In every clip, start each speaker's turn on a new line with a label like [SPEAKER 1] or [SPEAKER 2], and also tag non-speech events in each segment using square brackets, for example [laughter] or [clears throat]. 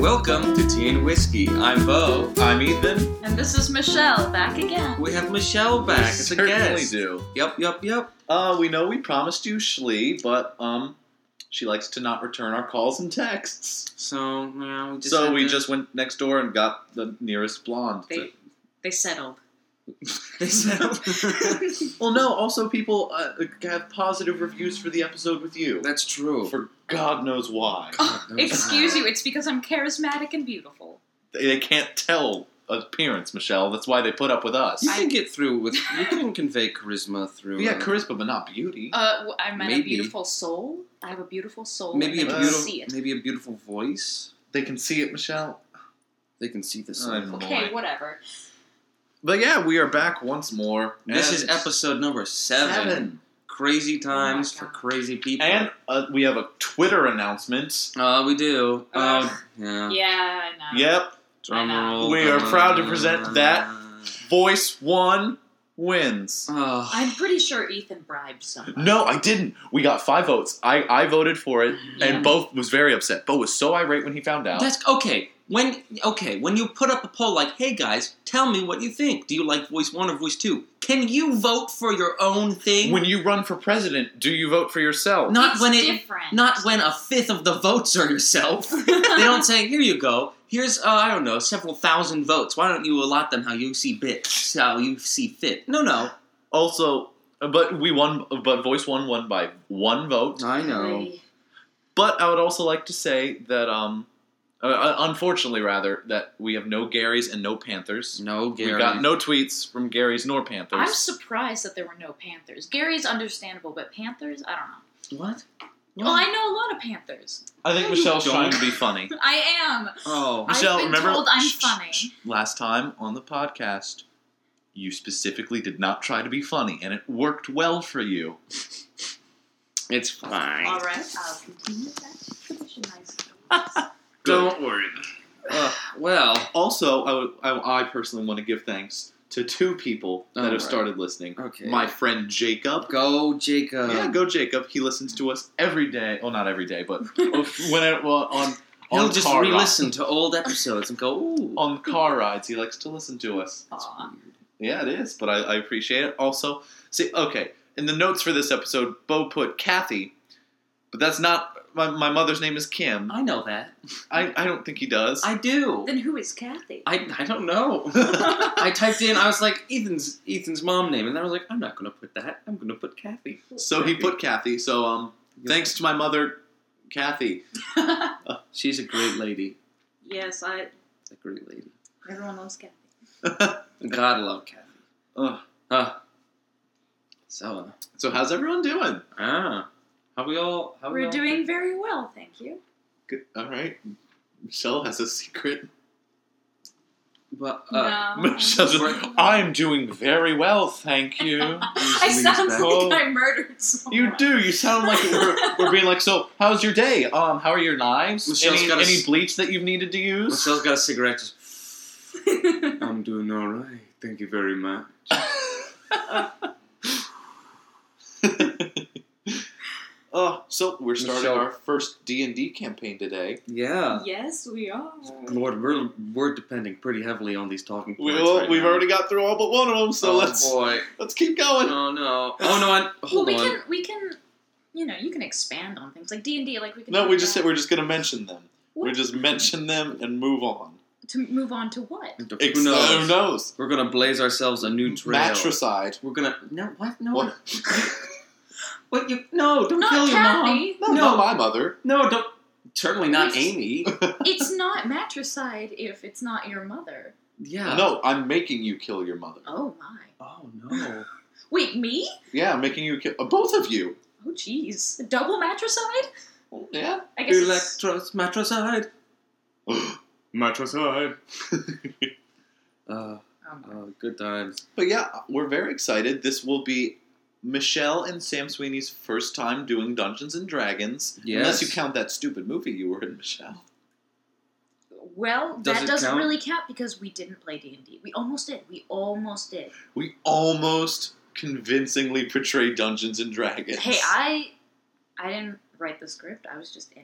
[SPEAKER 1] to Tea and Whiskey. I'm Bo. I'm Ethan.
[SPEAKER 2] And this is Michelle back again.
[SPEAKER 1] We have Michelle back
[SPEAKER 3] We
[SPEAKER 1] as a
[SPEAKER 3] certainly
[SPEAKER 1] guest.
[SPEAKER 3] do.
[SPEAKER 1] Yep, yep, yep.
[SPEAKER 3] Uh, we know we promised you Shlee, but um, she likes to not return our calls and texts.
[SPEAKER 1] So yeah, we just
[SPEAKER 3] so
[SPEAKER 1] had
[SPEAKER 3] we
[SPEAKER 1] to-
[SPEAKER 3] just went next door and got the nearest blonde.
[SPEAKER 2] They they settled.
[SPEAKER 1] they said
[SPEAKER 3] [laughs] well, no. Also, people uh, have positive reviews for the episode with
[SPEAKER 1] [laughs]
[SPEAKER 3] you.
[SPEAKER 1] that's
[SPEAKER 3] [laughs]
[SPEAKER 1] true.
[SPEAKER 3] For God knows why,
[SPEAKER 1] Oh,
[SPEAKER 2] Excuse you, it's because I'm charismatic and beautiful.
[SPEAKER 3] they, they can't tell appearance, Michelle. That's why they put up with us.
[SPEAKER 1] You can get through with. You can convey charisma through.
[SPEAKER 3] yeah,
[SPEAKER 1] uh,
[SPEAKER 3] charisma, but not beauty.
[SPEAKER 2] Uh, w- I meant a
[SPEAKER 1] Maybe.
[SPEAKER 2] beautiful soul. I have a beautiful soul.
[SPEAKER 1] Maybe a
[SPEAKER 3] Uh,
[SPEAKER 2] and they can
[SPEAKER 1] beautiful.
[SPEAKER 2] see it.
[SPEAKER 1] Maybe a beautiful voice.
[SPEAKER 3] they can see it, Michelle.
[SPEAKER 1] They can see this.
[SPEAKER 3] I don't know.
[SPEAKER 2] Okay,
[SPEAKER 3] Boy.
[SPEAKER 2] whatever.
[SPEAKER 3] But yeah, we are back once more.
[SPEAKER 1] this
[SPEAKER 3] and
[SPEAKER 1] is episode number seven.
[SPEAKER 3] seven.
[SPEAKER 1] Crazy times
[SPEAKER 2] Oh my
[SPEAKER 1] for
[SPEAKER 2] God.
[SPEAKER 1] crazy people.
[SPEAKER 3] And uh, we have a Twitter announcement.
[SPEAKER 1] uh, we do.
[SPEAKER 2] Ugh.
[SPEAKER 1] Um, yeah.
[SPEAKER 2] Yeah, I know.
[SPEAKER 3] Yep,
[SPEAKER 1] Drum
[SPEAKER 2] I know.
[SPEAKER 1] roll.
[SPEAKER 3] We are proud to present that. voice one wins.
[SPEAKER 1] Ugh.
[SPEAKER 2] I'm pretty sure Ethan bribed someone.
[SPEAKER 3] No, I didn't. We got five votes. I, I voted for it,
[SPEAKER 2] Yeah.
[SPEAKER 3] and Bo was very upset. Bo was so irate when he found out.
[SPEAKER 1] That's okay. When okay, when you put up a poll like, "Hey guys, tell me what you think. Do you like voice one or voice two? Can you vote for your own thing?
[SPEAKER 3] when you run for president, do you vote for yourself?
[SPEAKER 1] Not
[SPEAKER 2] it's
[SPEAKER 1] when it-
[SPEAKER 2] different.
[SPEAKER 1] Not when a fifth of the votes are yourself.
[SPEAKER 2] [laughs]
[SPEAKER 1] they don't say, "Here you go. Here's uh, I don't know, several thousand votes. Why don't you allot them how you see bit, how you see fit?" No, no.
[SPEAKER 3] Also, but we won. But voice one won by one vote.
[SPEAKER 1] I
[SPEAKER 2] Really.
[SPEAKER 3] But I would also like to say that um, uh, unfortunately, rather that we have no Garys and no Panthers.
[SPEAKER 1] No, Mm, Gary.
[SPEAKER 3] We got no tweets from Garys nor Panthers.
[SPEAKER 2] I'm surprised that there were no Panthers. Gary's understandable, but Panthers, I don't know.
[SPEAKER 1] what?
[SPEAKER 2] Well, Oh, I know a lot of Panthers.
[SPEAKER 3] I think
[SPEAKER 1] No, you
[SPEAKER 3] Michelle's
[SPEAKER 1] don't.
[SPEAKER 3] trying to
[SPEAKER 1] [laughs]
[SPEAKER 3] be funny.
[SPEAKER 2] I am.
[SPEAKER 1] Oh,
[SPEAKER 2] I've
[SPEAKER 3] Michelle,
[SPEAKER 2] been
[SPEAKER 3] remember
[SPEAKER 2] told I'm
[SPEAKER 3] Shh, shh,
[SPEAKER 2] funny.
[SPEAKER 3] shh. last time on the podcast, you specifically did not try to be funny, and it worked well for you.
[SPEAKER 1] it's fine.
[SPEAKER 2] All right, I'll continue
[SPEAKER 1] [laughs]
[SPEAKER 2] that.
[SPEAKER 1] Don't worry. Uh, well,
[SPEAKER 3] Also, I, would, I, I personally want to give thanks to two people that
[SPEAKER 1] All
[SPEAKER 3] have
[SPEAKER 1] right.
[SPEAKER 3] started listening.
[SPEAKER 1] okay.
[SPEAKER 3] My friend Jacob.
[SPEAKER 1] go,
[SPEAKER 2] Uh,
[SPEAKER 1] Jacob.
[SPEAKER 3] yeah, go Jacob. He listens to us every day. Well, not every day,
[SPEAKER 2] [laughs]
[SPEAKER 3] but when I, well, on
[SPEAKER 1] He'll
[SPEAKER 3] on
[SPEAKER 1] just
[SPEAKER 3] car ri-
[SPEAKER 1] re-listen to old episodes and go, "Ooh."
[SPEAKER 3] on car rides, he likes to listen to us.
[SPEAKER 2] Aw.
[SPEAKER 3] Yeah, it is, but I, I appreciate it. Also, see, okay, in the notes for this episode, Bo put Kathy, but that's not my, my mother's name is Kim.
[SPEAKER 2] Oh.
[SPEAKER 1] I know that.
[SPEAKER 3] I, I don't think he does.
[SPEAKER 1] I do.
[SPEAKER 2] Then who is Kathy? [laughs]
[SPEAKER 1] I, I don't know. [laughs] I typed in. I was like Ethan's Ethan's mom name, and then I was like, I'm not gonna put that. I'm gonna put Kathy.
[SPEAKER 3] [laughs] so he put Kathy. So um, thanks to my mother, Kathy. [laughs]
[SPEAKER 1] She's a great lady.
[SPEAKER 2] yes, I.
[SPEAKER 1] A great lady.
[SPEAKER 2] Everyone loves Kathy.
[SPEAKER 1] God love Kathy.
[SPEAKER 3] Ugh.
[SPEAKER 1] Uh, so
[SPEAKER 3] So how's everyone doing?
[SPEAKER 1] uh, ah, how we all? How we
[SPEAKER 2] We're
[SPEAKER 1] all-
[SPEAKER 2] doing very well, thank you.
[SPEAKER 3] Good. All right. Michelle has a secret.
[SPEAKER 1] But, uh,
[SPEAKER 3] [laughs]
[SPEAKER 2] no. [laughs]
[SPEAKER 3] Michelle's like, I'm doing very well, thank you.
[SPEAKER 2] I sound like
[SPEAKER 3] Oh.
[SPEAKER 2] I murdered someone.
[SPEAKER 3] You do. You sound like we're, we're being like. So, how's your day? Um, how are your knives?
[SPEAKER 1] Michelle's
[SPEAKER 3] any
[SPEAKER 1] got a
[SPEAKER 3] any
[SPEAKER 1] s-
[SPEAKER 3] bleach that you've needed to
[SPEAKER 1] [laughs]
[SPEAKER 3] use? [laughs]
[SPEAKER 1] Michelle's got a cigarette. Just, I'm doing all right. Thank you very much.
[SPEAKER 3] Oh, so we're starting
[SPEAKER 1] Michelle.
[SPEAKER 3] our first D and D campaign today.
[SPEAKER 1] Yeah.
[SPEAKER 2] [laughs] yes, we are.
[SPEAKER 1] Lord, we're we're depending pretty heavily on these talking
[SPEAKER 3] We,
[SPEAKER 1] points. right
[SPEAKER 3] we've
[SPEAKER 1] now.
[SPEAKER 3] already got through all but one of them, so
[SPEAKER 1] oh
[SPEAKER 3] let's [laughs]
[SPEAKER 1] boy.
[SPEAKER 3] let's keep going.
[SPEAKER 1] Oh no. Oh no. I,
[SPEAKER 2] Well,
[SPEAKER 1] hold
[SPEAKER 2] we
[SPEAKER 1] on.
[SPEAKER 2] can we can you know you can expand on things like D and D. Like we can.
[SPEAKER 3] no,
[SPEAKER 2] talk
[SPEAKER 3] we just
[SPEAKER 2] about-
[SPEAKER 3] said we're just gonna mention them. We
[SPEAKER 2] What?
[SPEAKER 3] just mention them and move on.
[SPEAKER 2] to move on to what?
[SPEAKER 1] Who
[SPEAKER 3] Ex- oh,
[SPEAKER 1] knows?
[SPEAKER 3] Who knows?
[SPEAKER 1] We're gonna blaze ourselves a new trail.
[SPEAKER 3] Matricide.
[SPEAKER 1] We're gonna no what no
[SPEAKER 3] What?
[SPEAKER 1] [laughs] what you no don't
[SPEAKER 2] Not
[SPEAKER 1] kill your mom
[SPEAKER 2] Kathy.
[SPEAKER 3] No, not my mother.
[SPEAKER 1] no don't certainly not
[SPEAKER 3] [laughs]
[SPEAKER 2] It's-
[SPEAKER 1] Amy
[SPEAKER 2] [laughs] It's not matricide if it's not your mother.
[SPEAKER 1] yeah
[SPEAKER 3] No, I'm making you kill your mother.
[SPEAKER 2] Oh my!
[SPEAKER 1] oh no
[SPEAKER 2] Wait, me?
[SPEAKER 3] Yeah, I'm making you kill uh, both of you.
[SPEAKER 2] Oh jeez, double matricide?
[SPEAKER 3] Yeah.
[SPEAKER 2] [laughs] I guess. it's-
[SPEAKER 1] Electros matricide matricide [laughs] uh,
[SPEAKER 2] oh, my.
[SPEAKER 1] oh, good times
[SPEAKER 3] But yeah, we're very excited. This will be Michelle and Sam Sweeney's first time doing Dungeons and Dragons.
[SPEAKER 1] Yes.
[SPEAKER 3] Unless you count that stupid movie you were in, Michelle.
[SPEAKER 2] Well,
[SPEAKER 1] Does it
[SPEAKER 2] that doesn't
[SPEAKER 1] count?
[SPEAKER 2] really count because we didn't play D and D. We almost did. We almost did.
[SPEAKER 3] We almost convincingly [laughs] portray Dungeons and Dragons.
[SPEAKER 2] Hey, I, I didn't write the script. I was just in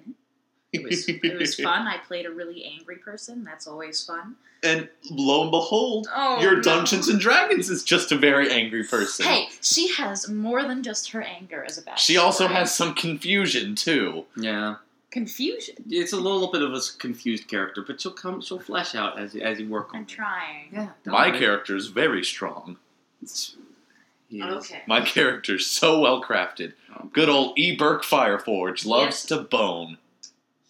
[SPEAKER 2] it. It was
[SPEAKER 3] [laughs]
[SPEAKER 2] it was fun. I played a really angry person. That's always fun.
[SPEAKER 3] And lo and behold,
[SPEAKER 2] Oh,
[SPEAKER 3] your
[SPEAKER 2] no.
[SPEAKER 3] Dungeons and Dragons is just a very angry person.
[SPEAKER 2] Hey, she has more than just her anger as a backstory.
[SPEAKER 3] She also has some confusion too.
[SPEAKER 1] Yeah,
[SPEAKER 2] confusion.
[SPEAKER 1] it's a little bit of a confused character, but she'll come. She'll flesh out as as you work on.
[SPEAKER 2] I'm
[SPEAKER 1] it.
[SPEAKER 2] trying.
[SPEAKER 1] Yeah, don't
[SPEAKER 3] My
[SPEAKER 1] worry.
[SPEAKER 3] character is very strong.
[SPEAKER 1] It's- Yes.
[SPEAKER 2] Okay.
[SPEAKER 3] My character's so well crafted.
[SPEAKER 1] Oh,
[SPEAKER 3] Good old E. Burke Fireforge loves to bone.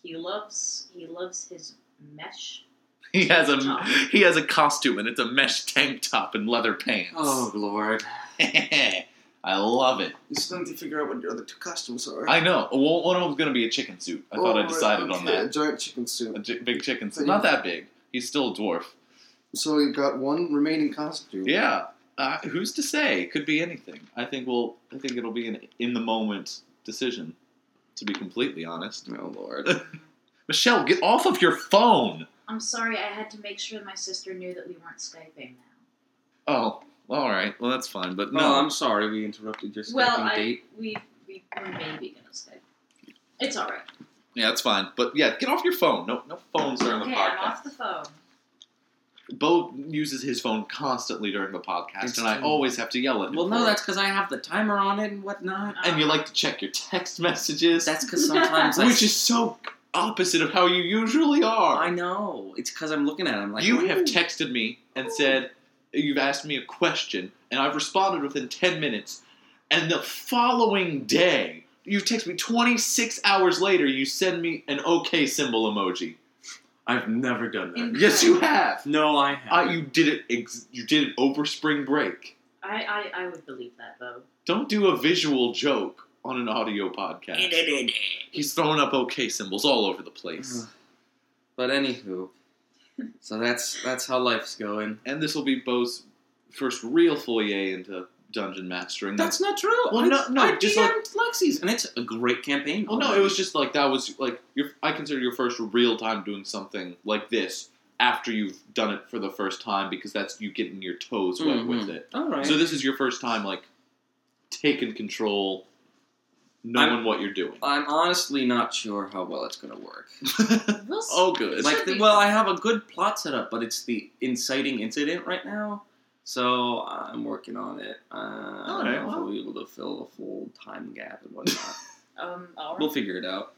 [SPEAKER 2] He loves he loves his mesh.
[SPEAKER 3] He has a
[SPEAKER 2] Top.
[SPEAKER 3] he has a costume and it's a mesh tank top and leather pants.
[SPEAKER 1] Oh Lord!
[SPEAKER 3] [laughs] I love it.
[SPEAKER 1] I'm still need to figure out what your other two costumes are. Oh,
[SPEAKER 3] I know. Well, one of them's gonna be a chicken suit. I thought I decided on
[SPEAKER 4] Yeah, a
[SPEAKER 3] that.
[SPEAKER 4] giant chicken
[SPEAKER 3] A
[SPEAKER 4] suit.
[SPEAKER 3] gi- big chicken
[SPEAKER 4] So
[SPEAKER 3] suit.
[SPEAKER 4] you-
[SPEAKER 3] Not that big. He's still a dwarf.
[SPEAKER 4] So you got one remaining costume.
[SPEAKER 3] Yeah. Uh, who's to say? Could be anything. I think we'll. I think it'll be an in the moment decision. To be completely honest,
[SPEAKER 1] oh Lord!
[SPEAKER 3] Michelle, get off of your phone.
[SPEAKER 2] I'm sorry, I had to make sure my sister knew that we weren't skyping now.
[SPEAKER 3] Oh, all right. Well, that's fine. But
[SPEAKER 1] No,
[SPEAKER 3] no,
[SPEAKER 1] Uh, Oh, I'm sorry we interrupted your
[SPEAKER 2] Well,
[SPEAKER 1] second
[SPEAKER 2] I
[SPEAKER 1] date.
[SPEAKER 2] we we were maybe gonna skype. It's all right.
[SPEAKER 3] yeah, that's fine. But yeah, get off your phone. No, no phones during the
[SPEAKER 2] Okay, I'm
[SPEAKER 3] podcast.
[SPEAKER 2] off the phone.
[SPEAKER 3] Bo uses his phone constantly during the podcast,
[SPEAKER 1] It's
[SPEAKER 3] and I
[SPEAKER 1] true.
[SPEAKER 3] always have to yell at him.
[SPEAKER 1] Well,
[SPEAKER 3] for
[SPEAKER 1] no,
[SPEAKER 3] it.
[SPEAKER 1] that's because I have the timer on it and whatnot.
[SPEAKER 3] and you like to check your text messages,
[SPEAKER 1] That's
[SPEAKER 2] [laughs]
[SPEAKER 1] because sometimes I,
[SPEAKER 3] which is so opposite of how you usually are.
[SPEAKER 1] [laughs] I know it's because I'm looking at him like
[SPEAKER 3] you have
[SPEAKER 1] "Ooh."
[SPEAKER 3] texted me and said you've asked me a question and i've responded within 10 minutes and the following day you text me 26 hours later you send me an okay symbol emoji
[SPEAKER 1] I've never done that.
[SPEAKER 2] In-
[SPEAKER 3] yes you have
[SPEAKER 1] No, I have.
[SPEAKER 3] I, you did it ex- you did it over spring break
[SPEAKER 2] I, I I would believe that though.
[SPEAKER 3] don't do a visual joke on an audio podcast he's throwing up okay symbols all over the place
[SPEAKER 1] Uh-huh. But anywho, so that's that's how life's going.
[SPEAKER 3] and this will be bo's first real foyer into dungeon mastering
[SPEAKER 1] That's not true.
[SPEAKER 3] Well,
[SPEAKER 1] I,
[SPEAKER 3] no- no,
[SPEAKER 1] I
[SPEAKER 3] just
[SPEAKER 1] DM'd Lexi's, and it's a great campaign.
[SPEAKER 3] Well, no, it was just like that was like your. I consider your first real time doing something like this after you've done it for the first time because that's you getting your toes wet with
[SPEAKER 1] Mhm.
[SPEAKER 3] it.
[SPEAKER 1] all right.
[SPEAKER 3] So this is your first time like taking control, knowing
[SPEAKER 1] I'm-
[SPEAKER 3] what you're doing.
[SPEAKER 1] I'm honestly not sure how well it's going to work.
[SPEAKER 2] We'll see.
[SPEAKER 3] oh, good.
[SPEAKER 1] like,
[SPEAKER 2] should be
[SPEAKER 1] the, well,
[SPEAKER 2] fun.
[SPEAKER 1] I have a good plot set up, but it's the inciting incident right now. So I'm working on it. Uh, I don't
[SPEAKER 3] Alright,
[SPEAKER 1] know if
[SPEAKER 3] well.
[SPEAKER 1] I'll be able to fill the full time gap and whatnot.
[SPEAKER 2] Um, all right.
[SPEAKER 1] we'll figure it out.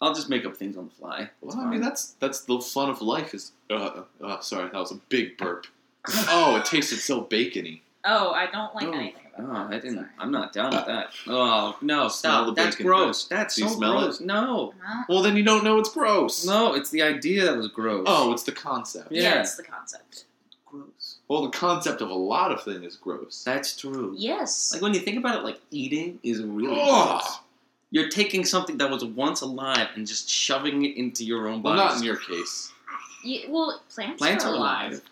[SPEAKER 1] I'll just make up things on the fly. It's
[SPEAKER 3] well, I mean
[SPEAKER 1] fine.
[SPEAKER 3] that's that's the fun of life. Is uh, uh sorry, that was a big burp. oh, it tasted so bacony.
[SPEAKER 2] oh, I don't like
[SPEAKER 1] Oh,
[SPEAKER 2] anything about
[SPEAKER 1] Oh,
[SPEAKER 2] that.
[SPEAKER 1] I didn't.
[SPEAKER 2] Sorry.
[SPEAKER 1] I'm not down with that. Oh no!
[SPEAKER 3] Smell the
[SPEAKER 1] Stop. That's
[SPEAKER 3] bacon,
[SPEAKER 1] gross. That's
[SPEAKER 3] Do you
[SPEAKER 1] so
[SPEAKER 3] smell it?
[SPEAKER 1] gross. No,
[SPEAKER 2] Well,
[SPEAKER 3] Well, then you don't know it's gross.
[SPEAKER 1] no. It's the idea that was gross.
[SPEAKER 3] Oh, it's the concept.
[SPEAKER 1] Yeah.
[SPEAKER 2] yeah, it's the concept.
[SPEAKER 1] gross.
[SPEAKER 3] Well, the concept of a lot of things is gross.
[SPEAKER 1] That's true.
[SPEAKER 2] Yes.
[SPEAKER 1] Like when you think about it, like eating is really
[SPEAKER 3] Ugh.
[SPEAKER 1] gross. You're taking something that was once alive and just shoving it into your own
[SPEAKER 3] Well,
[SPEAKER 1] body.
[SPEAKER 3] not in your case.
[SPEAKER 2] Ye- well, plants,
[SPEAKER 1] Plants are
[SPEAKER 2] alive.
[SPEAKER 1] alive.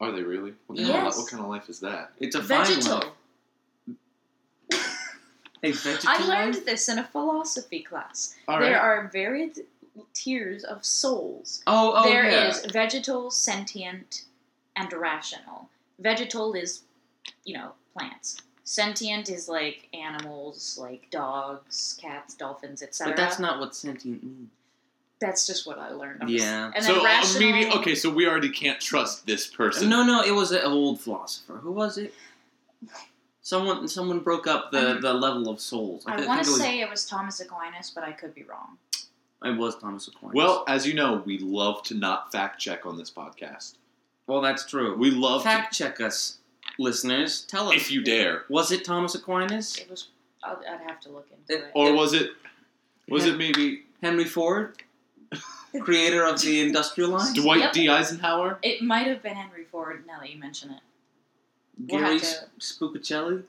[SPEAKER 3] Are they really? What kind, of,
[SPEAKER 2] Yes.
[SPEAKER 3] what kind of life is that?
[SPEAKER 1] It's a Fine
[SPEAKER 2] Vegetal.
[SPEAKER 1] life. Hey, vegetal
[SPEAKER 2] I learned
[SPEAKER 1] life?
[SPEAKER 2] this in a philosophy class.
[SPEAKER 3] All
[SPEAKER 2] there
[SPEAKER 3] right.
[SPEAKER 2] are varied tiers of souls.
[SPEAKER 1] Oh, oh
[SPEAKER 2] There is
[SPEAKER 1] yeah.
[SPEAKER 2] vegetal, sentient, and rational. Vegetal is, you know, plants. Sentient is like animals, like dogs, cats, dolphins, etc.
[SPEAKER 1] But that's not what sentient means.
[SPEAKER 2] That's just what I learned. on this-
[SPEAKER 1] Yeah. uh,
[SPEAKER 2] And then
[SPEAKER 3] so
[SPEAKER 2] rational.
[SPEAKER 3] immediate- okay, so we already can't trust this person.
[SPEAKER 1] No, no, it was an old philosopher. Who was it? Someone, someone broke up the,
[SPEAKER 2] Um,
[SPEAKER 1] the level of souls.
[SPEAKER 2] I
[SPEAKER 1] thi-
[SPEAKER 2] want to
[SPEAKER 1] think it was-
[SPEAKER 2] say it was Thomas Aquinas, but I could be wrong.
[SPEAKER 1] it was Thomas Aquinas.
[SPEAKER 3] Well, as you know, we love to not fact check on this podcast.
[SPEAKER 1] well, that's true.
[SPEAKER 3] We love
[SPEAKER 1] fact check us, listeners. Tell
[SPEAKER 3] to,
[SPEAKER 1] us
[SPEAKER 3] if you dare,
[SPEAKER 1] was it Thomas Aquinas,
[SPEAKER 2] It was. I'd, I'd have to look into it.
[SPEAKER 3] or was it? Was it maybe
[SPEAKER 1] Henry Ford, creator of the industrial line,
[SPEAKER 3] Dwight
[SPEAKER 2] Yep.
[SPEAKER 3] D. Eisenhower?
[SPEAKER 2] It might have been Henry Ford. Now that you mention it. We'll
[SPEAKER 1] Gary
[SPEAKER 2] have
[SPEAKER 1] Spuccelli?